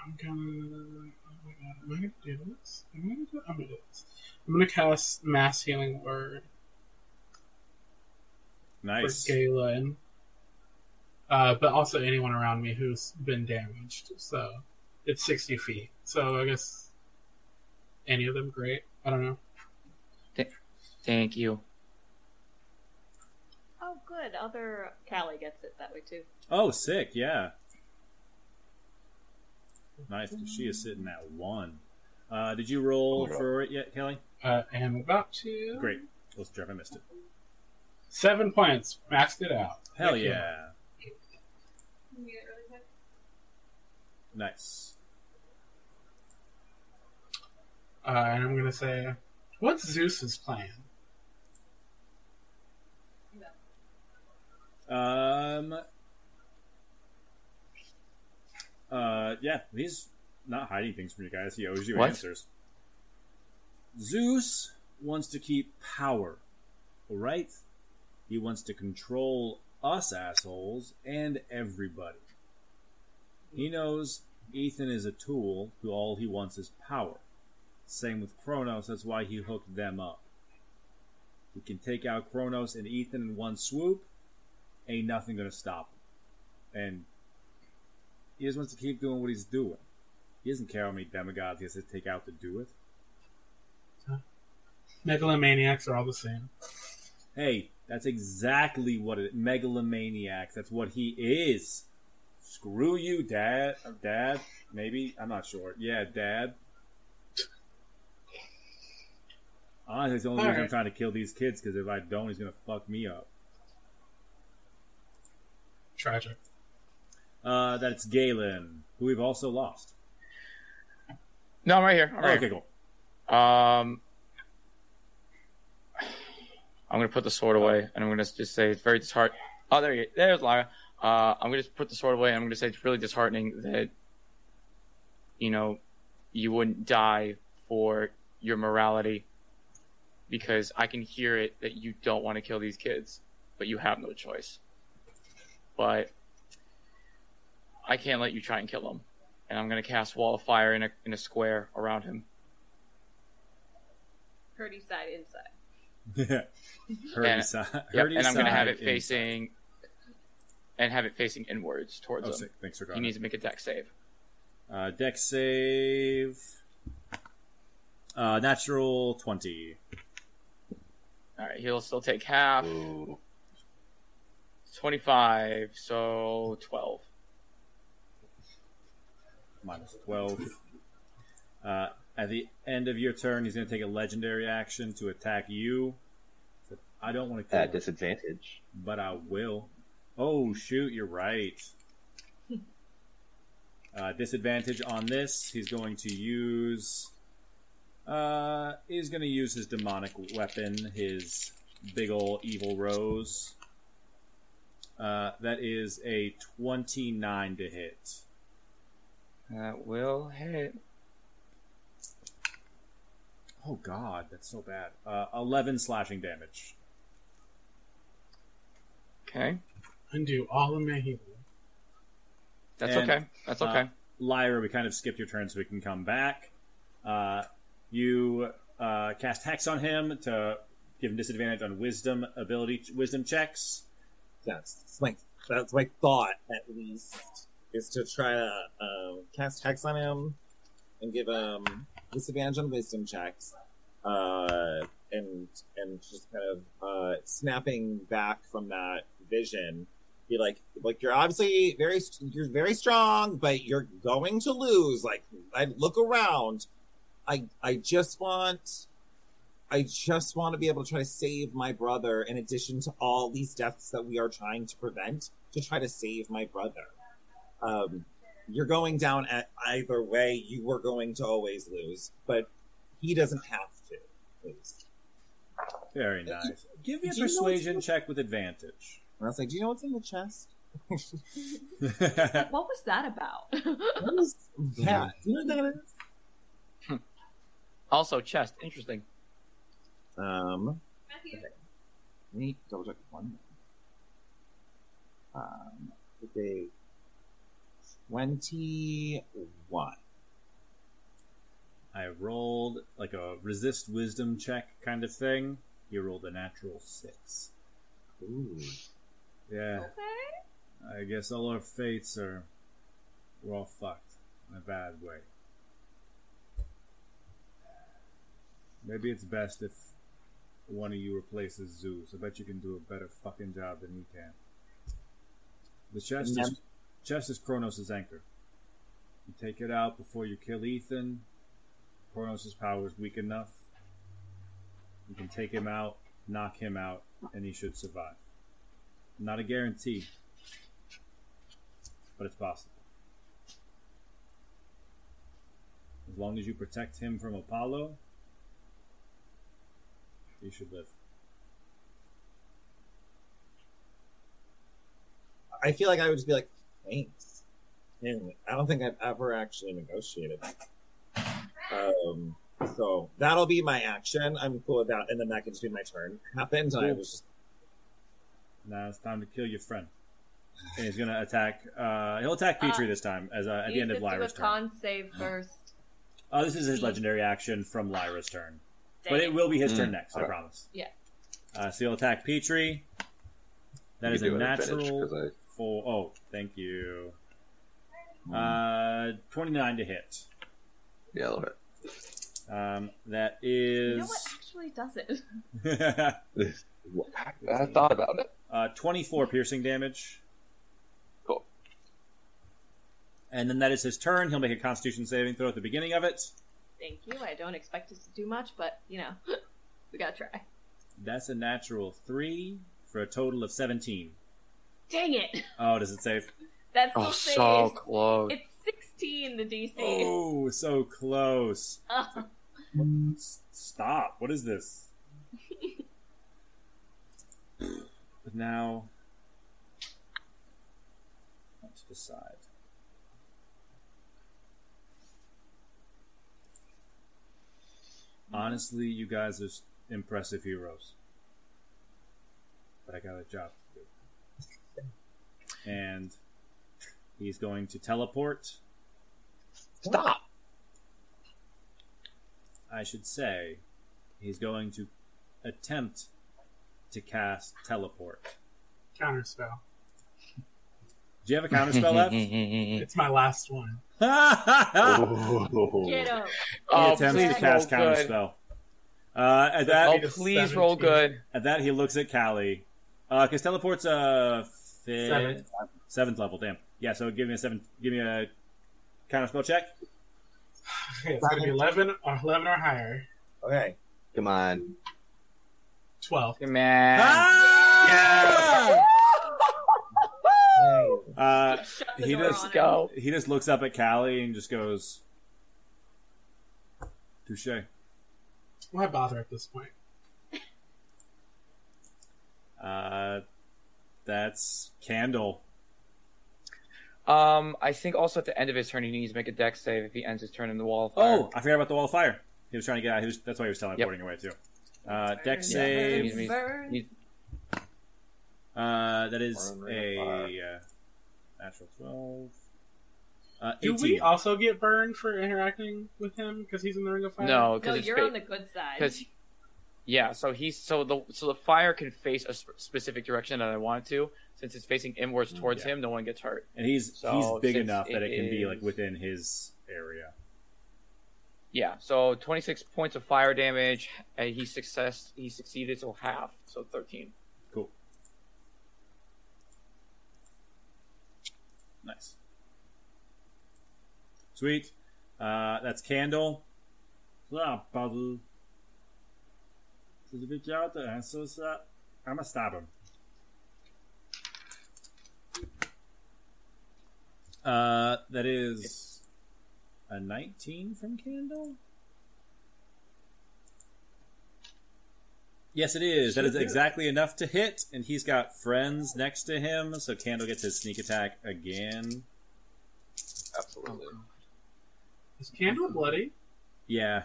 B: I'm gonna. Oh my god, am I gonna do this? Am I gonna do, I'm gonna do this. I'm gonna cast Mass Healing Word
A: Nice.
B: for Galen, uh, but also anyone around me who's been damaged. So it's 60 feet. So I guess any of them great. I don't know.
E: Thank you.
D: Oh, good. Other Callie gets it that way too.
A: Oh, sick, yeah. Nice. 'cause She is sitting at one. Uh, did you roll
C: Oh my God.
A: for it yet, Kelly?
B: Uh, and I'm about to.
A: Great. Let's jump. I missed it.
B: Seven points. Maxed it out.
A: Hell
B: Thank you.
A: yeah.
H: Can you get rid of that?
A: Nice.
B: Uh, and I'm going to say, what's Zeus's plan?
A: Um. Uh, yeah, he's not hiding things from you guys. He owes you
E: What?
A: answers. Zeus wants to keep power, all right? He wants to control us assholes and everybody. He knows Ethan is a tool who all he wants is power. Same with Kronos, that's why he hooked them up. He can take out Kronos and Ethan in one swoop, ain't nothing gonna stop him. And he just wants to keep doing what he's doing. He doesn't care how many demigods he has to take out to do it.
B: Megalomaniacs are all the same.
A: Hey, that's exactly what it megalomaniacs. That's what he is. Screw you, dad. Or Dad, maybe I'm not sure. Yeah, dad. Honestly, it's the only reason I'm
B: Alright.
A: trying to kill these kids because if I don't, he's gonna fuck me up.
B: Tragic.
A: Uh, that's Galen, who we've also lost.
E: No, I'm right here. I'm right
A: okay, cool.
E: here. Um, I'm gonna put the sword away, and I'm gonna just say it's very disheartening. Oh, there, you, there's Lyra. Uh, I'm gonna just put the sword away, and I'm gonna say it's really disheartening that, you know, you wouldn't die for your morality, because I can hear it that you don't want to kill these kids, but you have no choice. But I can't let you try and kill them, and I'm gonna cast Wall of Fire in a in a square around him.
D: Purdy side inside.
A: Herdy side.
E: Yep,
A: Herdy
E: and I'm going to have
A: side
E: it
A: uh, in-
E: facing, and have it facing inwards towards
A: Oh,
E: him.
A: sick. Thanks for
E: He
A: calling.
E: needs to make a deck save.
A: Uh, deck save. Uh, natural 20.
E: All right, he'll still take half.
C: Ooh.
E: Twenty-five, so twelve.
A: Minus 12. Uh, at the end of your turn, he's going to take a legendary action to attack you. So, I don't want to kill
C: At
A: him,
C: disadvantage.
A: but I will. Oh, shoot, you're right. Uh, disadvantage on this. He's going to use. Uh, he's going to use his demonic weapon, his big ol' evil rose. Uh, that is a 29 to hit.
E: That will hit.
A: Oh god, that's so bad. Uh, 11 slashing damage.
E: Okay,
B: Undo all of my healing.
E: that's
A: And,
E: okay. That's
A: uh,
E: okay.
A: Lyra, we kind of skipped your turn so we can come back. Uh, you uh, cast Hex on him to give him disadvantage on wisdom ability wisdom checks.
G: Yes, it's my, that's my thought, at least, is to try to um, cast Hex on him and give him disadvantage on wisdom checks, uh, and and just kind of uh, snapping back from that vision. Be like, like you're obviously very, st- you're very strong, but you're going to lose. Like, I look around. I, I just want I just want to be able to try to save my brother in addition to all these deaths that we are trying to prevent to try to save my brother. Um, you're going down at either way. You were going to always lose, but he doesn't have to lose.
A: Very nice. Give me a
G: Do you know
A: persuasion
G: what's-
A: check with advantage.
G: And I was like, do you know what's in the chest?
A: uh,
D: What was that about?
G: What is that? Do you know what that is?
E: Also, chest. Interesting.
G: Um,
H: Matthew,
G: let me double check one. Um, with a twenty-one.
A: I rolled like a resist wisdom check kind of thing. He rolled a natural six.
G: Ooh.
A: Yeah,
D: okay.
A: I guess all our fates are. We're all fucked in a bad way. Maybe it's best if one of you replaces Zeus. I bet you can do a better fucking job than he can. The chest is,
G: Never-
A: chest is Kronos' anchor. You take it out before you kill Ethan. Kronos' power is weak enough. You can take him out, knock him out, and he should survive. Not a guarantee, but it's possible. As long as you protect him from Apollo, he should live.
G: I feel like I would just be like, thanks. And I don't think I've ever actually negotiated. Um, so that'll be my action. I'm cool with that. And then that can just be my turn. Happens. And I was just,
A: Now it's time to kill your friend. And he's gonna attack. Uh, he'll attack Petrie
D: Uh,
A: this time, as uh, at the
D: You
A: end of
D: have to do a
A: Lyra's turn.
D: con save first.
A: Uh, this is his legendary action from Lyra's turn,
D: Dang
A: but it will be his
C: Mm,
A: turn next. I
C: okay.
A: promise.
D: Yeah.
A: Uh, so he'll attack Petrie. That
C: You
A: is
C: do
A: a
C: it at advantage,
A: natural
C: 'cause I-
A: four oh thank you.
C: Mm,
A: Uh, twenty nine to hit.
C: yeah, a little bit.
A: Um, that
D: You
A: is.
D: know what actually does it?
C: I thought about it.
A: Uh, 24 piercing damage.
C: Cool.
A: And then that is his turn. He'll make a constitution saving throw at the beginning of it.
D: Thank you. I don't expect it to do much, but you know, we gotta try.
A: That's a natural 3 for a total of 17.
D: Dang it!
A: Oh, does it save?
D: That's still
E: Oh,
D: saves.
E: so close.
D: It's 16 the DC.
A: Oh, so close.
D: Ugh.
A: S- Stop. What is this? but now, let's decide. Honestly, you guys are s- impressive heroes. But I got a job to do. And he's going to teleport.
C: Stop.
A: I should say, he's going to attempt to cast teleport.
B: Counter spell.
A: Do you have a counterspell left?
B: It's my last one.
A: Ah!
C: Ooh.
D: Get him.
A: he
E: oh,
A: attempts
E: please
A: to cast
E: roll good.
A: counterspell. Uh, at
E: Oh,
A: that,
B: Need a
E: please roll
B: 17.
E: good.
A: at that, he looks at Callie because teleport's a fifth,
B: Seventh.
A: seventh level. Damn. Yeah. So give me a seven. Give me a counterspell check.
B: Okay, it's gonna be eleven or eleven or higher.
G: okay.
C: Come on.
B: Twelve.
E: Come on.
A: Ah!
G: Yay.
A: Uh,
D: Shut the
A: he
D: door
A: just
D: on him.
E: Go.
A: He just looks up at Callie and just goes, "Touche."
B: Why bother at this point?
A: Uh, that's Candle.
E: Um, I think also at the end of his turn, he needs to make a deck save if he ends his turn in the wall. Of fire.
A: Oh, I forgot about the wall of fire. He was trying to get out. He was, that's why he was teleporting away too. Uh,
D: Burn,
A: deck save.
E: Yeah.
D: burn,
E: He-
A: Uh, that is
C: Burn
A: a
C: ring of fire.
A: uh, natural twelve. Uh,
B: Do
A: 18.
B: we also get burned for interacting with him because he's in the ring of fire?
E: no,
D: No,
E: because
D: you're on the good side.
E: because yeah. So he's so the so the fire can face a sp- specific direction that I want it to. Since it's facing inwards towards
A: Mm, yeah.
E: him, no one gets hurt.
A: and he's
E: So,
A: he's big
E: since
A: enough that it
E: it
A: can be
E: is-
A: like within his area.
E: Yeah. So 26 points of fire damage, and he success he succeeded so half, so 13.
A: Cool. Nice. Sweet. Uh, that's Candle. Yeah, Puddle. Did you figure out the answers? Uh, I'm gonna stab him. Uh, that is a 19 from Candle? Yes, it is. That is exactly enough to hit, and he's got friends next to him, so Candle gets his sneak attack again.
C: Oh, Absolutely.
B: Is Candle bloody?
A: Yeah.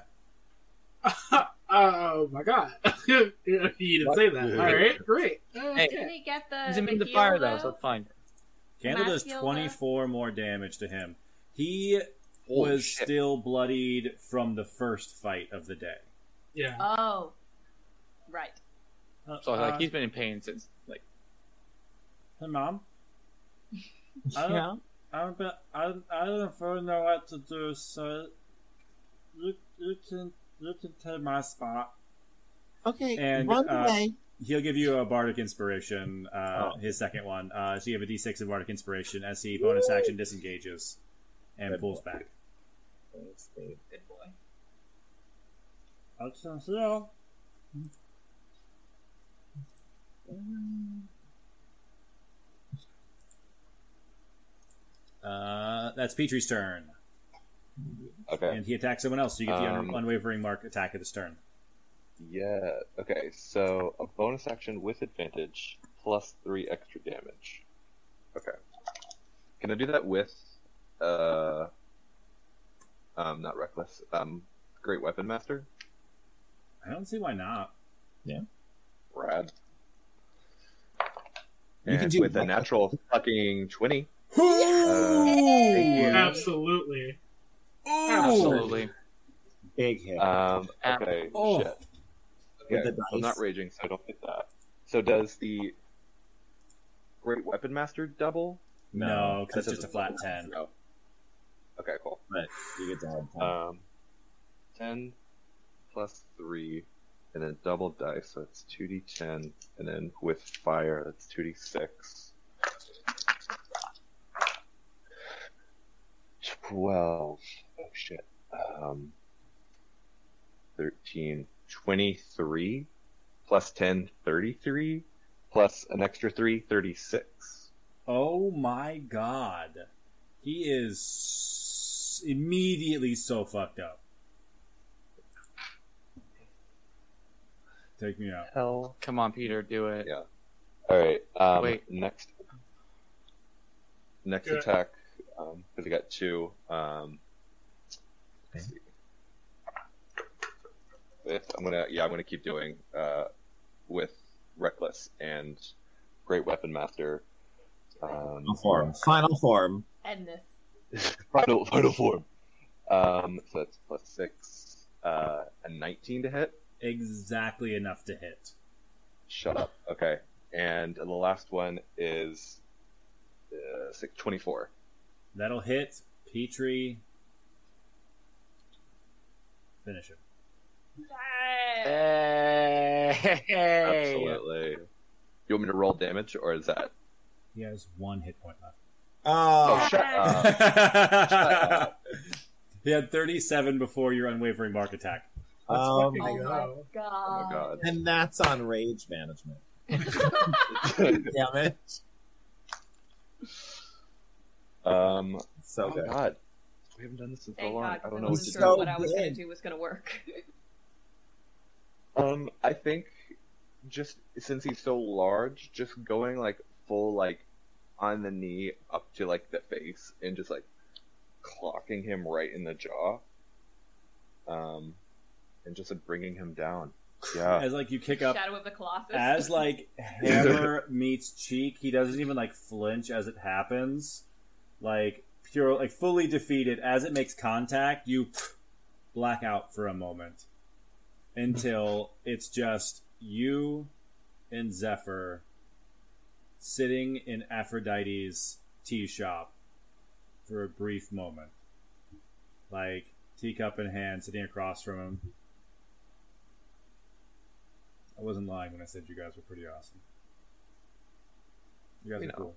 B: oh my god. you didn't say that. All right, great.
E: Hey.
D: Did Mm, he get the,
E: He's immune
D: the
E: to fire though,
D: heal,
E: so it's fine.
A: Candle does
D: Matthew, uh,
A: 24 more damage to him. He
C: Holy
A: was
C: shit.
A: still bloodied from the first fight of the day.
B: Yeah.
D: Oh, right.
E: So like
A: Uh,
E: he's been in pain since like
A: Hey, Mom. I don't, I don't, be- I, I don't really know what to do, so you, you can you can take my spot.
G: Okay.
A: And,
G: run
A: uh,
G: away.
A: He'll give you a bardic inspiration, uh,
G: Oh.
A: his second one. Uh, so you have a d6 of bardic inspiration as he bonus action disengages and
G: Good
A: pulls
G: boy.
A: back.
G: Thanks, babe.
D: Good boy.
A: I can heal. Uh, that's Petrie's turn.
C: Okay.
A: and he attacks someone else, so you get the un-
C: Um,
A: unwavering mark attack of his turn.
C: Yeah. Okay. So a bonus action with advantage plus three extra damage. Okay. Can I do that with, uh, um, not reckless, um, great weapon master?
A: I don't see why not.
C: Rad.
G: You can
C: And
G: do
C: with a
G: that.
C: natural fucking twenty. Um,
A: Ooh!
B: Absolutely.
E: Absolutely.
G: Big hit.
C: Um. Okay.
A: Oh.
C: Shit. Yeah,
G: the
C: I'm not
G: dice.
C: raging, so I don't get that. So does the great weapon master double?
A: No, because
G: that
A: it's just a
G: doesn't-
A: flat 10.
C: No. Okay. Cool.
G: You get to add ten.
C: Um, 10 plus 3, and then double dice, so it's 2d10, and then with fire, that's 2d6. 12. Oh shit. Um, 13. 23 plus 10, 33 plus an extra 3, 36.
A: Oh my god. He is immediately so fucked up. Take me out.
C: Hell.
E: Come on, Peter, do it.
C: Yeah. Alright, um,
E: Wait.
C: next. Next
B: Do it.
C: attack, um, because I got two. Um, let's see. With, I'm gonna, yeah, I'm gonna keep doing, uh, with Reckless and Great Weapon Master. Um,
G: Final form. Final form.
D: End this.
C: final, final form. Um, so that's plus six, uh, a 19 to hit.
A: Exactly enough to hit.
C: Shut up. Okay. And the last one is, uh, six, 24.
A: That'll hit Petrie. Finish him.
E: Hey.
C: Absolutely. You want me to roll damage, or is that?
A: He has one hit point left.
G: Oh,
C: shut up. up.
A: he had 37 before your unwavering mark attack.
B: Let's
G: um,
B: fucking
D: Oh
B: go.
D: my god.
C: Oh my god.
G: and that's on rage management. Damn it.
C: um,
G: So
C: oh
G: good.
C: god, we haven't done this in so
D: Thank
C: long.
D: god,
C: I
D: because
C: don't
D: I
C: know what
D: wasn't
C: to
D: sure
G: do.
D: what I was going
G: Good.
D: to do was going to work.
C: do. Um, I think just since he's so large, just going like full like on the knee up to like the face and just like clocking him right in the jaw. Um, and just like, bringing him down. Yeah.
A: As like you kick up
D: Shadow of the Colossus. Oh
A: as like hammer meets cheek, he doesn't even like flinch as it happens. Like pure, like fully defeated as it makes contact, you black out for a moment until it's just you and Zephyr sitting in Aphrodite's tea shop for a brief moment, like teacup in hand, sitting across from him. I wasn't lying when I said you guys were pretty awesome. You guys
C: We
A: are
C: know.
A: cool.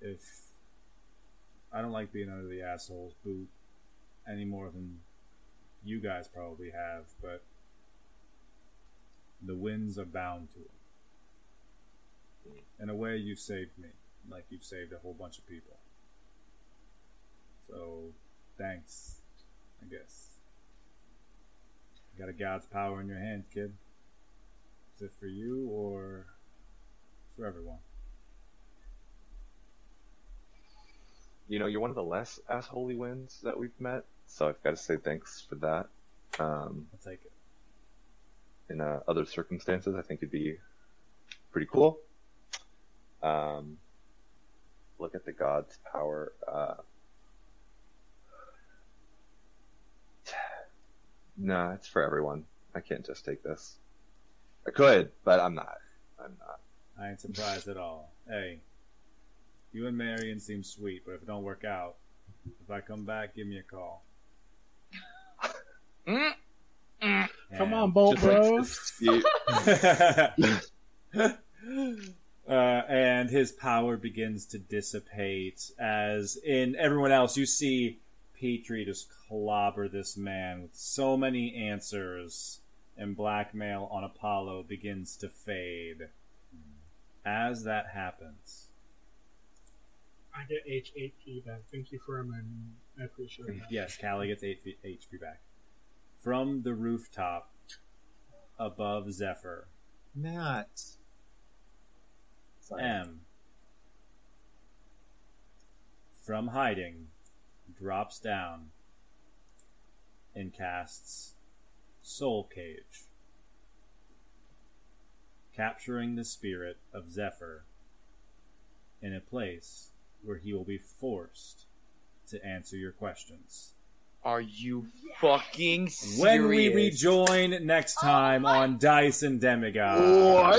A: If I don't like being under the asshole's boot any more than you guys probably have, but the winds are bound to it. In a way, you've saved me, like you've saved a whole bunch of people. So, thanks, I guess. You got a god's power in your hand, kid. Is it for you or for everyone?
C: you know, you're one of the less assholey wins that we've met, so I've got to say thanks for that. Um,
A: I'll take it.
C: in uh, other circumstances, I think it'd be pretty cool. Um, look at the god's power. Uh, no, it's for everyone. I can't just take this. I could, but I'm not. I'm not.
A: I ain't surprised at all. Hey, you and Marion seem sweet, but if it don't work out, if I come back, give me a call.
E: Mm,
B: Come
A: And-
B: on, Bolt
C: Just like-
B: Bros.
C: You-
A: Uh, and his power begins to dissipate as in everyone else you see Petrie just clobber this man with so many answers and blackmail on Apollo begins to fade. As that happens,
B: I get H8P back. Thank you for reminding me. I appreciate that.
A: Yes, Callie gets 8 feet HP back. From the rooftop above Zephyr,
G: Matt. Sorry.
A: M, from hiding, drops down and casts Soul Cage, capturing the spirit of Zephyr in a place where he will be forced to answer your questions.
E: Are you fucking serious?
A: When we rejoin next time on Dice and Demigod.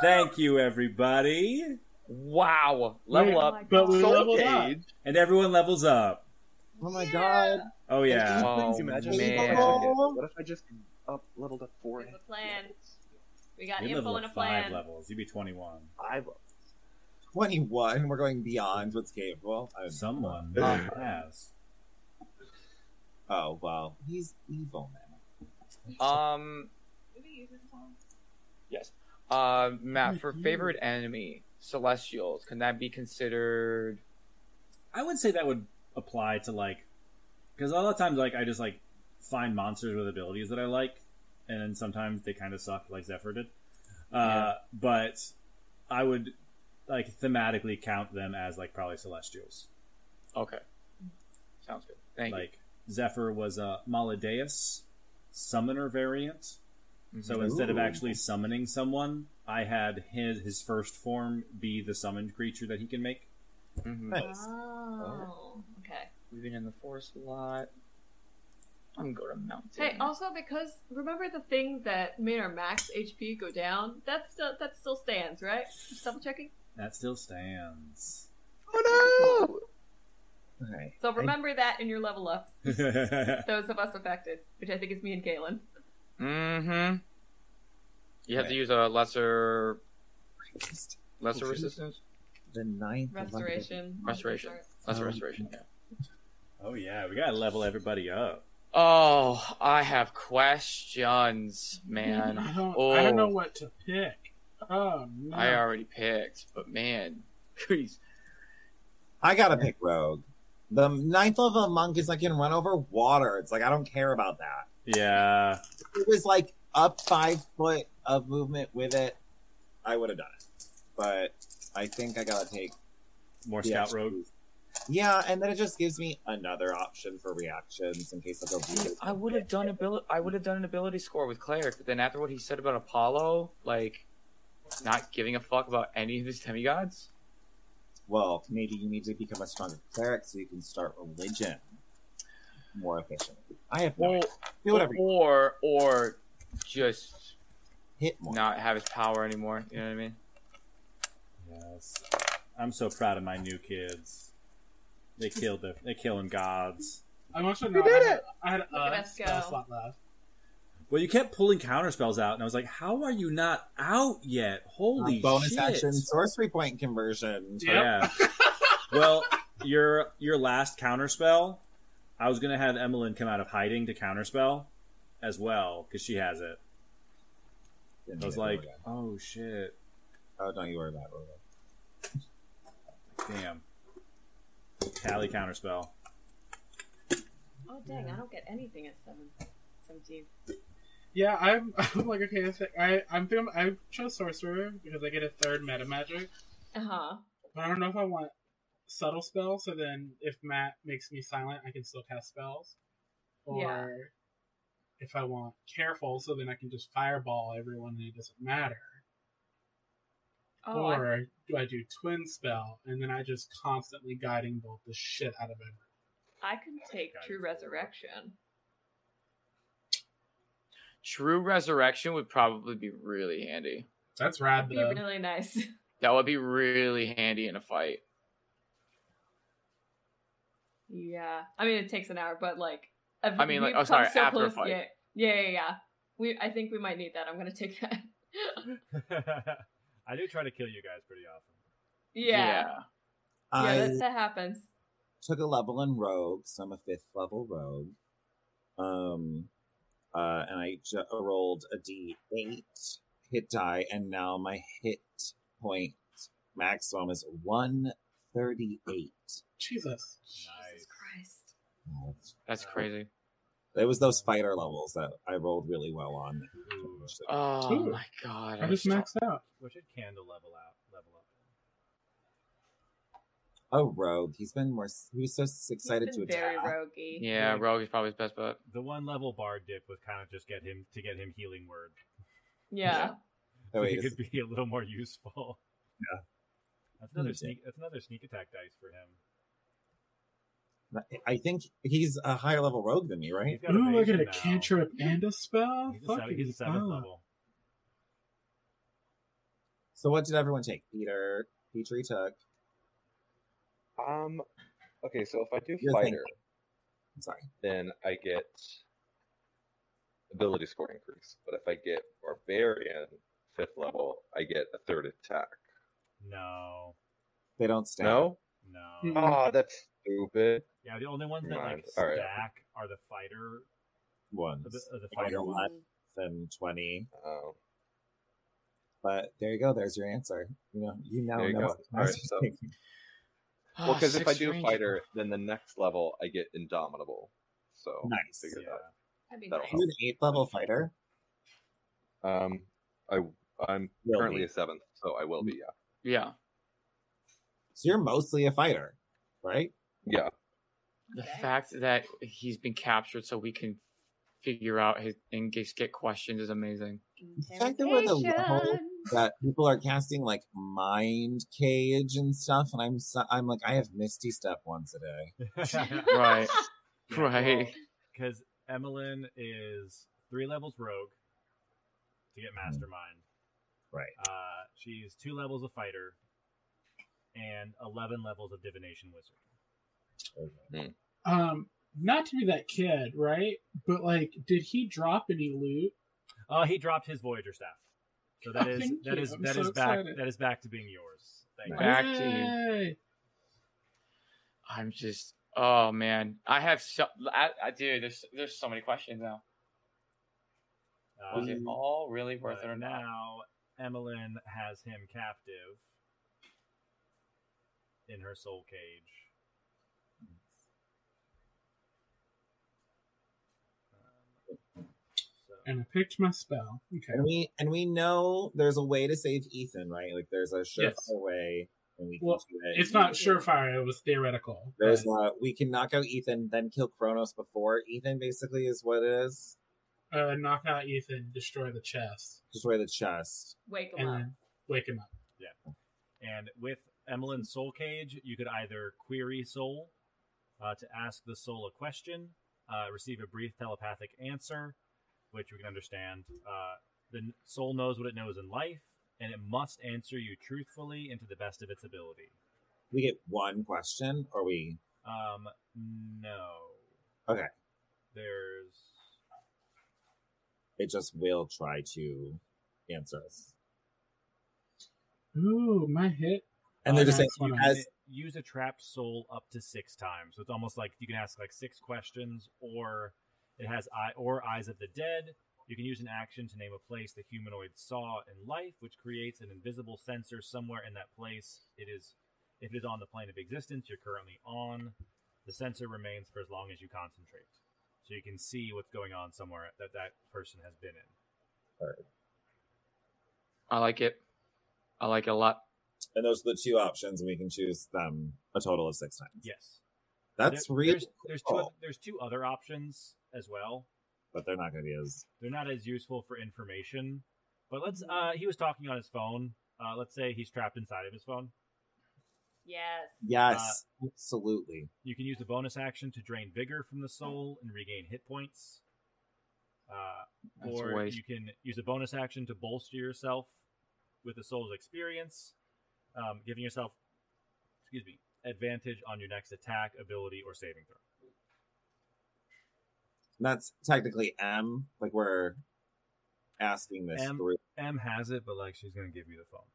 A: Thank you, everybody.
E: Wow. Level
D: Oh
E: up.
D: my
B: But
D: God.
B: we
C: Soul
B: leveled up.
C: Cage.
A: And everyone levels up.
G: Oh my god.
A: Oh, yeah.
E: Oh,
C: Imagine
G: man.
C: what if I did. What if I just up leveled up four?
D: We have a plan. We got
A: You
D: info
A: level
D: and a
A: up five
D: plan.
A: levels. You'd be 21.
C: Five.
G: 21. We're going beyond what's capable.
D: Oh.
G: I was-
A: Someone
C: Um,
A: has.
G: oh, well. He's evil, man.
E: Um, yes. Uh, Matt, for favorite enemy, Celestials, can that be considered?
A: I would say that would apply to, like, because a lot of times, like, I just, like, find monsters with abilities that I like, and then sometimes they kind of suck, like Zephyr did. Uh,
E: Yeah.
A: But I would, like, thematically count them as, like, probably Celestials.
E: Okay. Sounds good. Thank
A: like Zephyr was a Maladeus summoner variant.
E: you. Mm-hmm.
A: So
G: Mhm.
A: instead of
G: Ooh.
A: actually summoning someone, I had his his first form be the summoned creature that he can make.
E: Mhm.
G: Nice.
D: Oh, okay.
E: We've been in the forest a lot. I'm gonna go to mountain.
D: Hey, oh. also because remember the thing that made our max HP go down? That still that still stands, right? Just double checking.
A: That still stands.
C: Oh
G: Alright.
D: So remember that in your level ups.
A: yeah,
D: Those of us affected, which I think is me and Galen.
E: Mm-hmm. You have to use a lesser
G: Just
E: lesser
G: Okay.
E: resistance,
G: the ninth. of-
D: Restoration.
E: Restoration. lesser restoration. Yeah.
A: Oh, we gotta level everybody up.
E: Oh, I have questions, man.
B: I don't, I don't
E: Oh.
B: know what to pick. Oh, no.
E: I uh, already picked, but man, please.
G: I gotta pick Rogue. The ninth level monk is like can run over water. It's like I don't care about that.
A: Yeah,
G: It was like up five foot of movement with it. I would have done it, but I think I gotta take
A: more
G: the
A: scout
G: extra
A: rogue.
G: boost. Yeah, and then it just gives me another option for reactions in case I go. really-
E: I would have done ability. I would have done an ability score with cleric, but then after what he said about Apollo, like not giving a fuck about any of his demigods.
G: Well, maybe you need to become a stronger cleric so you can start religion more efficiently. I have no.
E: Well,
G: idea. Do whatever. You
E: or or just
G: hit more.
E: not have his power anymore. You know what I mean?
A: Yes, I'm so proud of my new kids. They killed the they killing gods.
B: I'm also
C: We
B: not.
C: did
B: I had, I had
D: at
B: a
D: us go.
B: spell slot left.
A: Well, you kept pulling counter spells out, and I was like, "How are you not out yet? Holy
G: Uh, bonus
A: shit!"
G: action sorcery point conversion.
B: Yep.
A: Oh, Yeah. well, your your last counter spell, I was gonna have Emmeline come out of hiding to counter spell as well because she has it. I was like, "Oh shit,
G: oh, don't you worry about it. Rogue.
A: damn!" Tally counter spell.
D: Oh dang, I don't get anything at seven seventeen.
B: Yeah, I'm, I'm like, okay, I, think I, I'm thinking, I chose Sorcerer because I get a third meta magic.
D: Uh-huh.
B: But I don't know if I want subtle spell, so then if Matt makes me silent, I can still cast spells. Or
D: Yeah.
B: if I want careful, so then I can just fireball everyone and it doesn't matter.
D: Oh I-
B: or do I do twin spell and then I just constantly guiding bolt the shit out of everyone?
D: I, can take true resurrection.
E: True resurrection would probably be really handy.
B: That's rad
D: That'd be
B: though.
D: really nice.
E: That would be really handy in a fight.
D: yeah. I mean it takes an hour, but like I've-
E: I mean, like-
D: we've
E: oh, sorry,
D: come so
E: after a
D: close-
E: fight.
D: Yeah, yeah, yeah, yeah. We I think we might need that. I'm gonna take that.
A: I do try to kill you guys pretty often.
D: yeah. Yeah,
G: I
D: that, that happens.
G: took a level in rogue, so I'm a fifth level rogue. Um, uh, and I j- rolled a d8 hit die, and now my hit point maximum is one 38.
B: Jesus.
A: Nice.
D: Jesus Christ.
E: That's crazy.
G: It was those fighter levels that I rolled really well on.
A: Ooh.
E: Oh
B: Ooh.
E: my god.
B: I just maxed out.
A: What should Candle level out? Level up.
G: Oh, Rogue. He's been more. He was so s- excited
D: He's
G: to
D: been very
G: attack.
D: roguey.
E: Yeah, Rogue is probably his best bet.
A: The one level bard dip was kind of just get him to get him healing word.
D: Yeah.
G: Oh,
A: so
G: wait,
A: he
G: is-
A: could be a little more useful.
G: Yeah.
A: That's another
G: Hmm.
A: sneak. That's another sneak attack dice for him.
G: I think he's a higher level rogue than me,
A: He's
G: right?
A: got
B: Ooh, I got
A: evasion
B: a
A: now.
B: cantrip and a spell.
A: He's a, seven,
B: Fucking
A: he's a seventh
B: hell.
A: level.
G: So what did everyone take? Peter, Petrie took.
C: Um, okay, so if I do
G: You're
C: fighter,
G: I'm sorry.
C: then I get ability score increase. But if I get barbarian fifth level, I get a third attack.
A: No,
G: They don't stack.
C: No?
A: no.
B: Hmm.
C: Ah, that's stupid.
A: Yeah, the only ones that like
C: Right, all right.
A: stack are the fighter,
G: Ones.
A: the, the, the
G: Like
A: fighter ones.
G: eleven and twenty.
C: Oh,
G: But there you go. There's your answer. You know, you now
C: There you
G: know
C: go.
G: what
C: All right,
G: class
C: so-
G: you're taking.
C: well, because if
E: Ah, Six
C: I do
E: range-
C: fighter, then the next level I get indomitable. So
G: Nice.
C: figure
A: Yeah.
D: That'd be
C: That'll
D: nice.
G: Are you an eighth level fighter?
C: Um, I I'm
G: Will
C: currently
G: be.
C: a seventh, so I will be. Yeah,
E: Yeah.
G: So you're mostly a fighter, right?
C: yeah.
E: The
D: Okay.
E: fact that he's been captured so we can figure out his and just get questions is amazing.
G: The fact that we're the level
D: Interrogation.
G: that people are casting like mind cage and stuff, and I'm so, I'm like I have Misty Step once a day.
E: Right. right.
A: Because Emmeline is three levels rogue to
C: Hmm.
A: get mastermind.
G: Right.
A: Uh, she's two levels of fighter and 11 levels of divination wizard.
B: Um, not to be that kid, right? But like, did he drop any loot?
A: Oh, he dropped his voyager staff. So that
B: Oh,
A: is
B: thank
A: that
B: you.
A: is
B: I'm
A: that is
B: so
A: back
B: excited.
A: that is back to being yours. Thank you.
E: Right. Back to you.
B: Yay!
E: I'm just oh man. I have so I, I dude, there's there's so many questions now. Was it
A: Um,
E: all really worth it or
A: but
E: not?
A: now Emmeline has him captive in her soul cage. Um, so-
B: And I picked my spell. Okay.
G: And we and we know there's a way to save Ethan, right? Like there's a surefire
B: Yes.
G: way, and we can
B: Well,
G: do it.
B: It's not surefire. It was theoretical.
G: There's a we can knock out Ethan, then kill Kronos before Ethan. Basically, is what it is.
B: Uh, knock out Ethan, destroy the chest,
G: Destroy the chest.
D: Wake him
B: and
D: up.
B: then wake him up.
A: And with Emmeline's soul cage, you could either query soul uh, to ask the soul a question, uh, receive a brief telepathic answer, which we can understand. Uh, the n- soul knows what it knows in life, and it must answer you truthfully and to the best of its ability.
G: We get one question, or we
A: Um, no.
G: Okay.
A: There's.
G: it just will try to answer us.
B: Ooh, my hit.
G: And they're
B: Oh,
G: just saying,
B: nice one.
G: as
A: Use a trapped soul up to six times. So it's almost like you can ask like six questions, or it has eye or eyes of the dead. You can use an action to name a place the humanoid saw in life, which creates an invisible sensor somewhere in that place. It is, if it is on the plane of existence you're currently on, the sensor remains for as long as you concentrate. So you can see what's going on somewhere that that person has been in.
E: I like it. I like it a lot.
G: and those are the two options, and we can choose them a total of six times.
A: Yes.
G: That's
A: There-
G: really
A: There's, there's two.
G: cool.
A: oth- There's two other options as well.
G: but they're not going to be as
A: They're not as useful for information. But let's. Uh, he was talking on his phone. Uh, let's say he's trapped inside of his phone.
D: Yes.
G: yes,
B: Uh,
G: absolutely.
A: You can use the bonus action to drain vigor from the soul and regain hit points. Uh,
E: That's a
A: or
E: waste.
A: you can use a bonus action to bolster yourself with the soul's experience, um, giving yourself, excuse me, advantage on your next attack, ability, or saving throw.
G: And that's technically M. Like we're asking this
A: M.
G: through.
A: M has it, but like she's gonna give you the phone.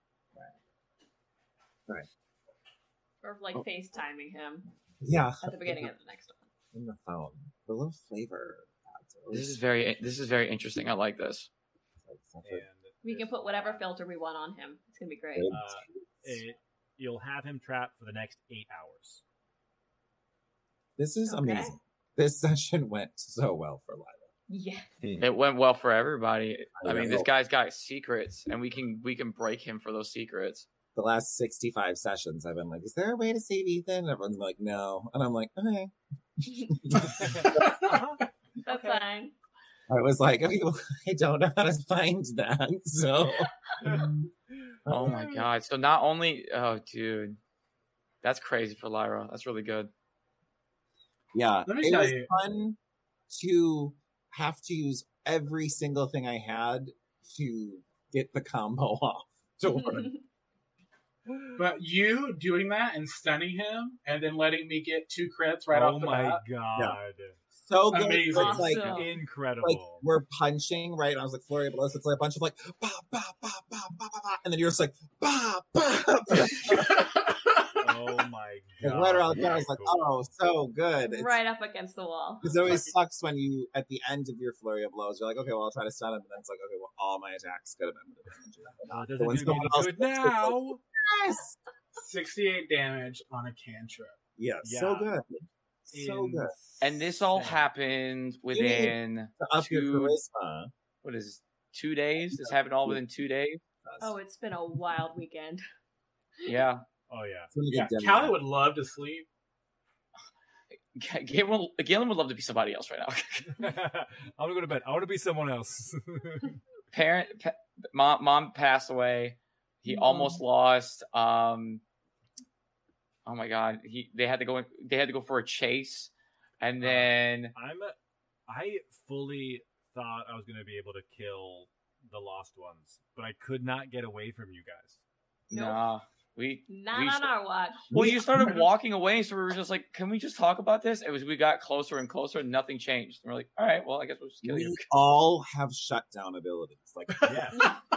D: Or like FaceTiming him
G: Yeah,
D: at the beginning of the next one.
G: in the phone. The little flavor. adds are
E: This
G: always
E: is very this is very interesting. I like this.
G: like such a
A: And
D: We can put whatever filter we want on him. It's gonna be great.
G: good
A: Uh,
G: taste.
A: it you'll have him trapped for the next eight hours.
G: This is
D: Okay.
G: amazing. This session went so well for Lila.
D: Yes.
A: Hmm.
E: It went well for everybody. I mean, this
G: know.
E: guy's got secrets, and we can we can break him for those secrets.
G: The last 65 sessions, I've been like, is there a way to save Ethan? And everyone's been like, no. And I'm like, okay.
D: That's
E: Okay.
D: fine.
G: I was like, okay, well, I don't know how to find that. So,
E: Oh my god! So not only oh dude, that's crazy for Lyra. That's really good.
G: yeah.
B: Let me
G: it
B: tell
G: was
B: you.
G: fun to have to use every single thing I had to get the combo off. To work.
B: But you doing that and stunning him and then letting me get two crits right
A: oh
B: off the
A: my
B: bat.
A: god.
G: so good.
B: Amazing.
G: It's like,
D: Awesome.
G: like
A: Incredible.
G: we're punching, right? And I was like, Flurry of Blows. It's like a bunch of like, bah, bah, bah, bah, bah, bah, bah. and then you're just like, bah, bah, bah.
A: oh my
G: And
A: god.
G: later on, I was like,
A: Cool.
G: oh, so good. It's,
D: right up against the wall.
G: Because it always sucks when you, at the end of your flurry of blows, you're like, okay, well, I'll try to stun him. And then it's like, okay, well, all my attacks could have been with advantage.
A: Oh, it
G: The
A: doesn't
G: ones
A: do
G: no
A: me
G: one
A: any
G: else
A: good
G: wants to
A: now.
G: Yes.
B: 68 damage on a cantrip.
G: Yeah, so
A: Yeah.
G: good. So good.
E: And this all
A: Insane.
E: happened within
G: To up your
E: Two-
G: charisma.
E: what is this, two days? This happened all within two days.
D: Oh, it's been a wild weekend.
E: Yeah,
A: Oh yeah.
G: It's gonna
B: Yeah,
G: get done.
B: Callie would love to sleep.
E: G- Galen, Galen would love to be somebody else right now.
A: I want to go to bed. I want to be someone else.
E: Parent, pa- mom, mom passed away. He almost lost. Um, oh my god, he they had to go. In, they had to go for a chase, and then
A: I'm. I fully thought I was going to be able to kill the lost ones, but I could not get away from you guys.
D: Nope.
E: nah, we
D: Not
E: We
D: on
E: st-
D: our watch.
E: Well, you started walking away, so we were just like, "Can we just talk about this?" It was we got closer and closer, and nothing changed. And we're like, "All right, well, I guess we'll just kill you."
G: We all have shutdown abilities. Like,
A: Yeah.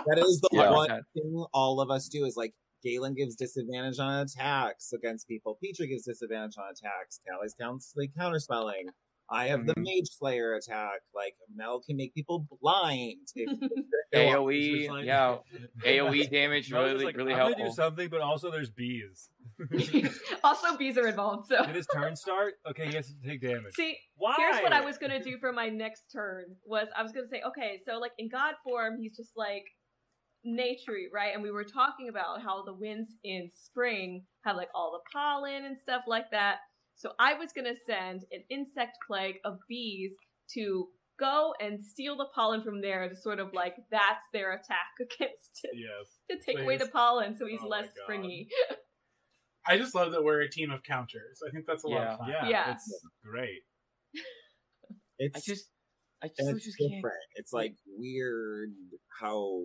G: That is the
E: Yeah.
G: one
E: Okay.
G: thing all of us do is like Galen gives disadvantage on attacks against people. Petrie gives disadvantage on attacks. Callie's counseling counterspelling. I have the
E: Mhm.
G: mage slayer attack. Like Mel can make people blind. If,
A: It's
E: AOE,
A: just like-
E: E, yeah, AOE damage
A: Mel was
E: really
A: like,
E: really
A: I'm gonna do
E: helpful.
A: something, but also there's bees.
D: also, bees are involved. So,
A: Did his turn start? Okay, he has to take damage.
D: see,
A: Why?
D: here's what I was gonna do for my next turn was I was gonna say, okay, so like in God form, he's just like naturey, right? And we were talking about how the winds in spring have like all the pollen and stuff like that. So I was gonna send an insect plague of bees to go and steal the pollen from there to sort of like that's their attack against it
A: Yes.
D: to take away
B: Please.
D: the pollen so he's
A: Oh my
D: less
A: God.
D: springy.
B: I just love that we're a team of counters. I think that's a lot
E: Yeah.
B: of fun.
A: Yeah.
D: Yeah.
A: It's great.
G: it's
E: I just, I just,
G: and
E: I
G: it's
E: just
G: different.
E: can't.
G: It's like weird how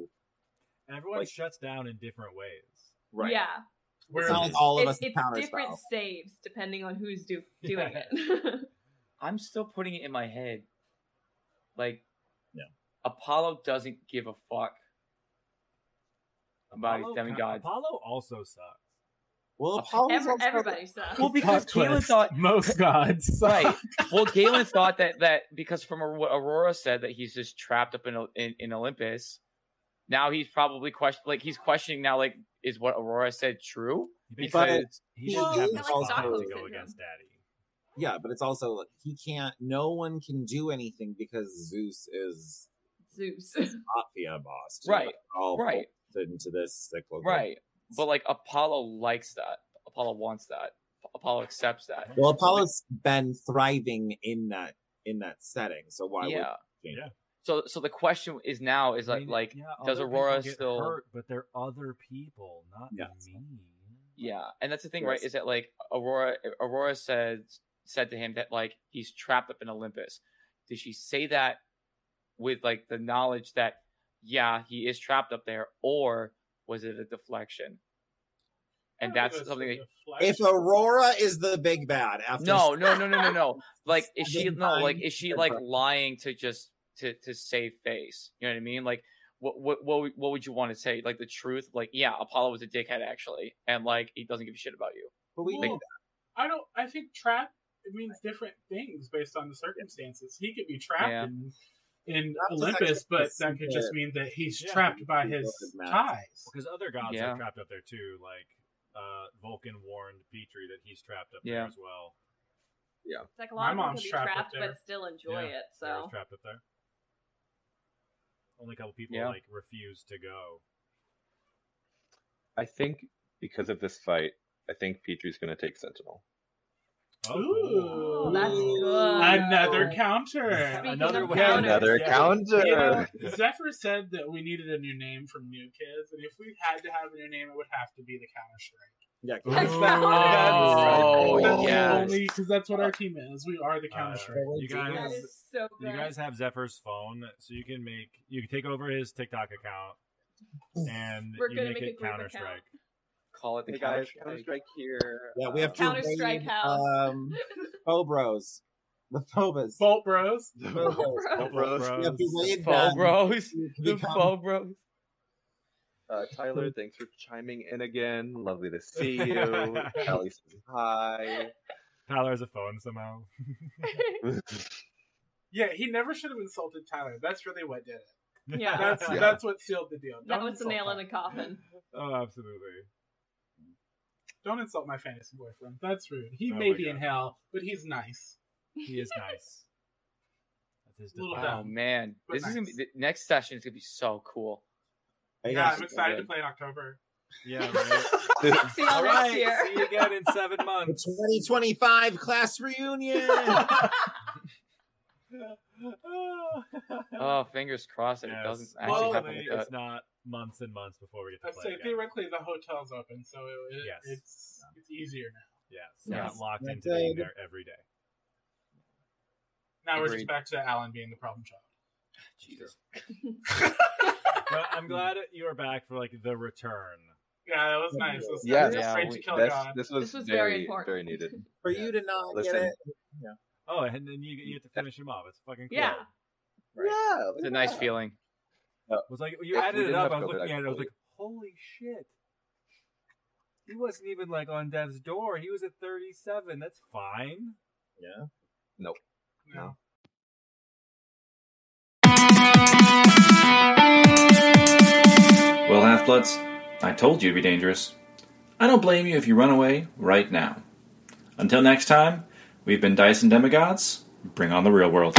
A: Everyone
G: Like-
A: shuts down in different ways.
G: right.
D: Yeah.
B: We're
G: It's not like all of
D: it's
G: us
D: it's
G: counter
D: different
G: spell.
D: saves depending on who's do- doing
A: Yeah.
D: it.
E: I'm still putting it in my head, like,
G: Yeah.
E: Apollo doesn't give a fuck about his
A: Apollo-
E: demigods.
A: Apollo also sucks.
G: Well,
E: Apollo-
G: Apollo's
D: Every,
G: also-
D: everybody sucks.
E: Well, because
A: Plot
E: Galen
A: twist.
E: thought
A: most gods.
E: right. Well, Galen thought that that because from what Aurora said that he's just trapped up in in, in Olympus. Now he's probably question like he's questioning now like is what Aurora said true?
A: He thinks
G: But-
A: that
E: Because
A: he didn't
G: Well,
A: have
G: I
A: the
G: like
A: spot
G: Stockholm
A: to go
D: syndrome.
A: against Daddy.
G: yeah, but it's also like, he can't. No one can do anything because Zeus is
D: Zeus.
G: not the boss.
E: Right.
G: All
E: right,
G: into this cycle.
E: right. But like Apollo likes that. Apollo wants that. Apollo accepts that.
G: Well, Apollo's been thriving in that in that setting, so why would
E: yeah.
G: change
A: Yeah.
E: So so the question is now is
A: I
E: like
A: mean,
E: like
A: yeah,
E: does
A: other
E: Aurora
A: people get
E: still-
A: hurt, but they're other people, not
G: Yeah.
A: me.
E: yeah, and that's the thing,
G: Yes.
E: right? Is that like Aurora Aurora said said to him that like he's trapped up in Olympus. Did she say that with like the knowledge that yeah he is trapped up there, or was it a deflection? And that's something that
G: if Aurora is the big bad after
E: no no no no no no like is she
G: Seven
E: no like
G: times
E: is she like
G: different.
E: lying to just to to save face? You know what I mean? Like what what what would- what would you want to say? Like the truth? Like yeah, Apollo was a dickhead actually, and like he doesn't give a shit about you.
G: but we
E: like-
B: I don't. I think trap it means different things based on the circumstances. He could be trapped
E: Yeah.
B: in, in
G: That's
B: Olympus,
G: actually-
B: but that could just mean that he's trapped by
G: Yeah.
B: his ties.
A: Because other gods
E: Yeah.
A: are trapped up there too. Like uh, Vulcan warned Petrie that he's trapped up
E: Yeah.
A: there as well.
D: It's like a lot
B: My
D: of
B: mom's
D: people can
B: trapped
D: be
B: up
D: trapped
B: there.
D: but still enjoy
A: Yeah,
D: it.
A: They were
D: So
A: trapped up there. Only a couple people
E: Yeah.
A: like refused to go.
C: I think because of this fight, I think Petrie's going to take Sentinel.
A: Oh,
B: Ooh.
A: cool.
D: that's good.
B: Another
D: Wow.
B: counter.
D: Speaking
A: Another
D: of
A: way.
D: counters,
C: Another
A: yeah.
C: counter.
B: You know, Zephyr said that we needed a new name from New Kids, and if we had to have a new name, it would have to be the Counter Strike.
G: Yeah,
D: That's
G: Ooh.
D: not-
E: Oh,
B: that's
E: yes.
B: because that's what our team is. We are the Counter Strike.
A: Uh, you
D: that
A: guys,
D: is so good.
A: you guys have Zephyr's phone, so you can make you can take over his TikTok account, and
D: We're
A: you
D: gonna
A: make,
D: make a
A: it
D: group account.
A: Counter Strike.
E: Call it the
C: Hey guys,
E: couch.
C: Counter Strike here.
G: Yeah, we have to
D: Counter Strike
G: raid,
D: House.
G: Um, Phobros. The Phobos.
B: Bolt Bros.
C: Um,
G: Phobos.
E: Oh,
A: Oh.
D: Bro.
G: We have to raid
E: Faux
G: them
E: bros.
G: to
E: The
G: become-
E: faux bros.
C: Uh, Tyler, thanks for chiming in again. Lovely to see you. Kelly says hi.
A: Tyler has a phone somehow.
B: Yeah, he never should have insulted Tyler. That's really what did it.
D: Yeah.
B: That's
C: Yeah.
B: that's what sealed the deal. Don't
D: that was the
B: insult
D: nail in
B: Tyler.
D: the coffin.
A: Oh, absolutely.
B: Don't insult my fantasy boyfriend. That's rude. He
A: Oh
B: may
A: my
B: be in
A: God.
B: hell, but he's nice.
A: He is nice. That's his
B: Little
A: default.
E: Oh man,
B: But
E: this is gonna be
B: nice.
E: the next session is gonna be so cool.
G: I
B: Yeah,
G: guess.
B: I'm excited to play in October.
A: Yeah, right.
D: See y'all
A: All
D: next
A: right,
D: year.
A: see you again in seven
G: The
A: months.
G: 2025 class reunion.
E: Oh, fingers crossed that
A: Yes.
E: it doesn't
A: Hopefully
E: actually happen. uh, Like
A: it's
E: that.
A: not months and months before we get to
B: I
A: play
B: say
A: again.
B: theoretically the hotel's open, so it, it-
A: uh, Yes.
B: it's it's easier now.
A: Yeah, it's
E: Yes.
A: not locked
G: That's
A: into being
G: it.
A: there every day.
B: Now we're just
E: Agreed.
B: back to Alan being the problem child.
E: Jesus.
A: But I'm glad you are back for like the return.
B: Yeah, that was nice. That was
C: Yeah,
B: nice.
E: yeah,
B: Afraid
E: we-
B: to kill
C: That's-
B: God.
C: this was,
D: This was very
C: very, very,
D: important.
C: needed.
G: For you to not
C: Listen.
G: get it.
A: Oh, and then you, you get to finish him off. It's fucking cool.
D: Yeah.
C: Yeah, look
E: It's a
C: at
E: nice
C: that.
E: feeling.
A: It was like you
C: If we
A: added it
C: didn't
A: up. I
C: have
A: was
C: COVID,
A: looking
C: I'd
A: at it. I was
C: probably-
A: like, holy shit. He wasn't even like on death's door. He was at 37. That's fine.
G: Yeah.
B: No.
I: Well, Half Bloods, I told you it'd be dangerous. I don't blame you if you run away right now. Until next time, we've been Dyson Demigods. Bring on the real world.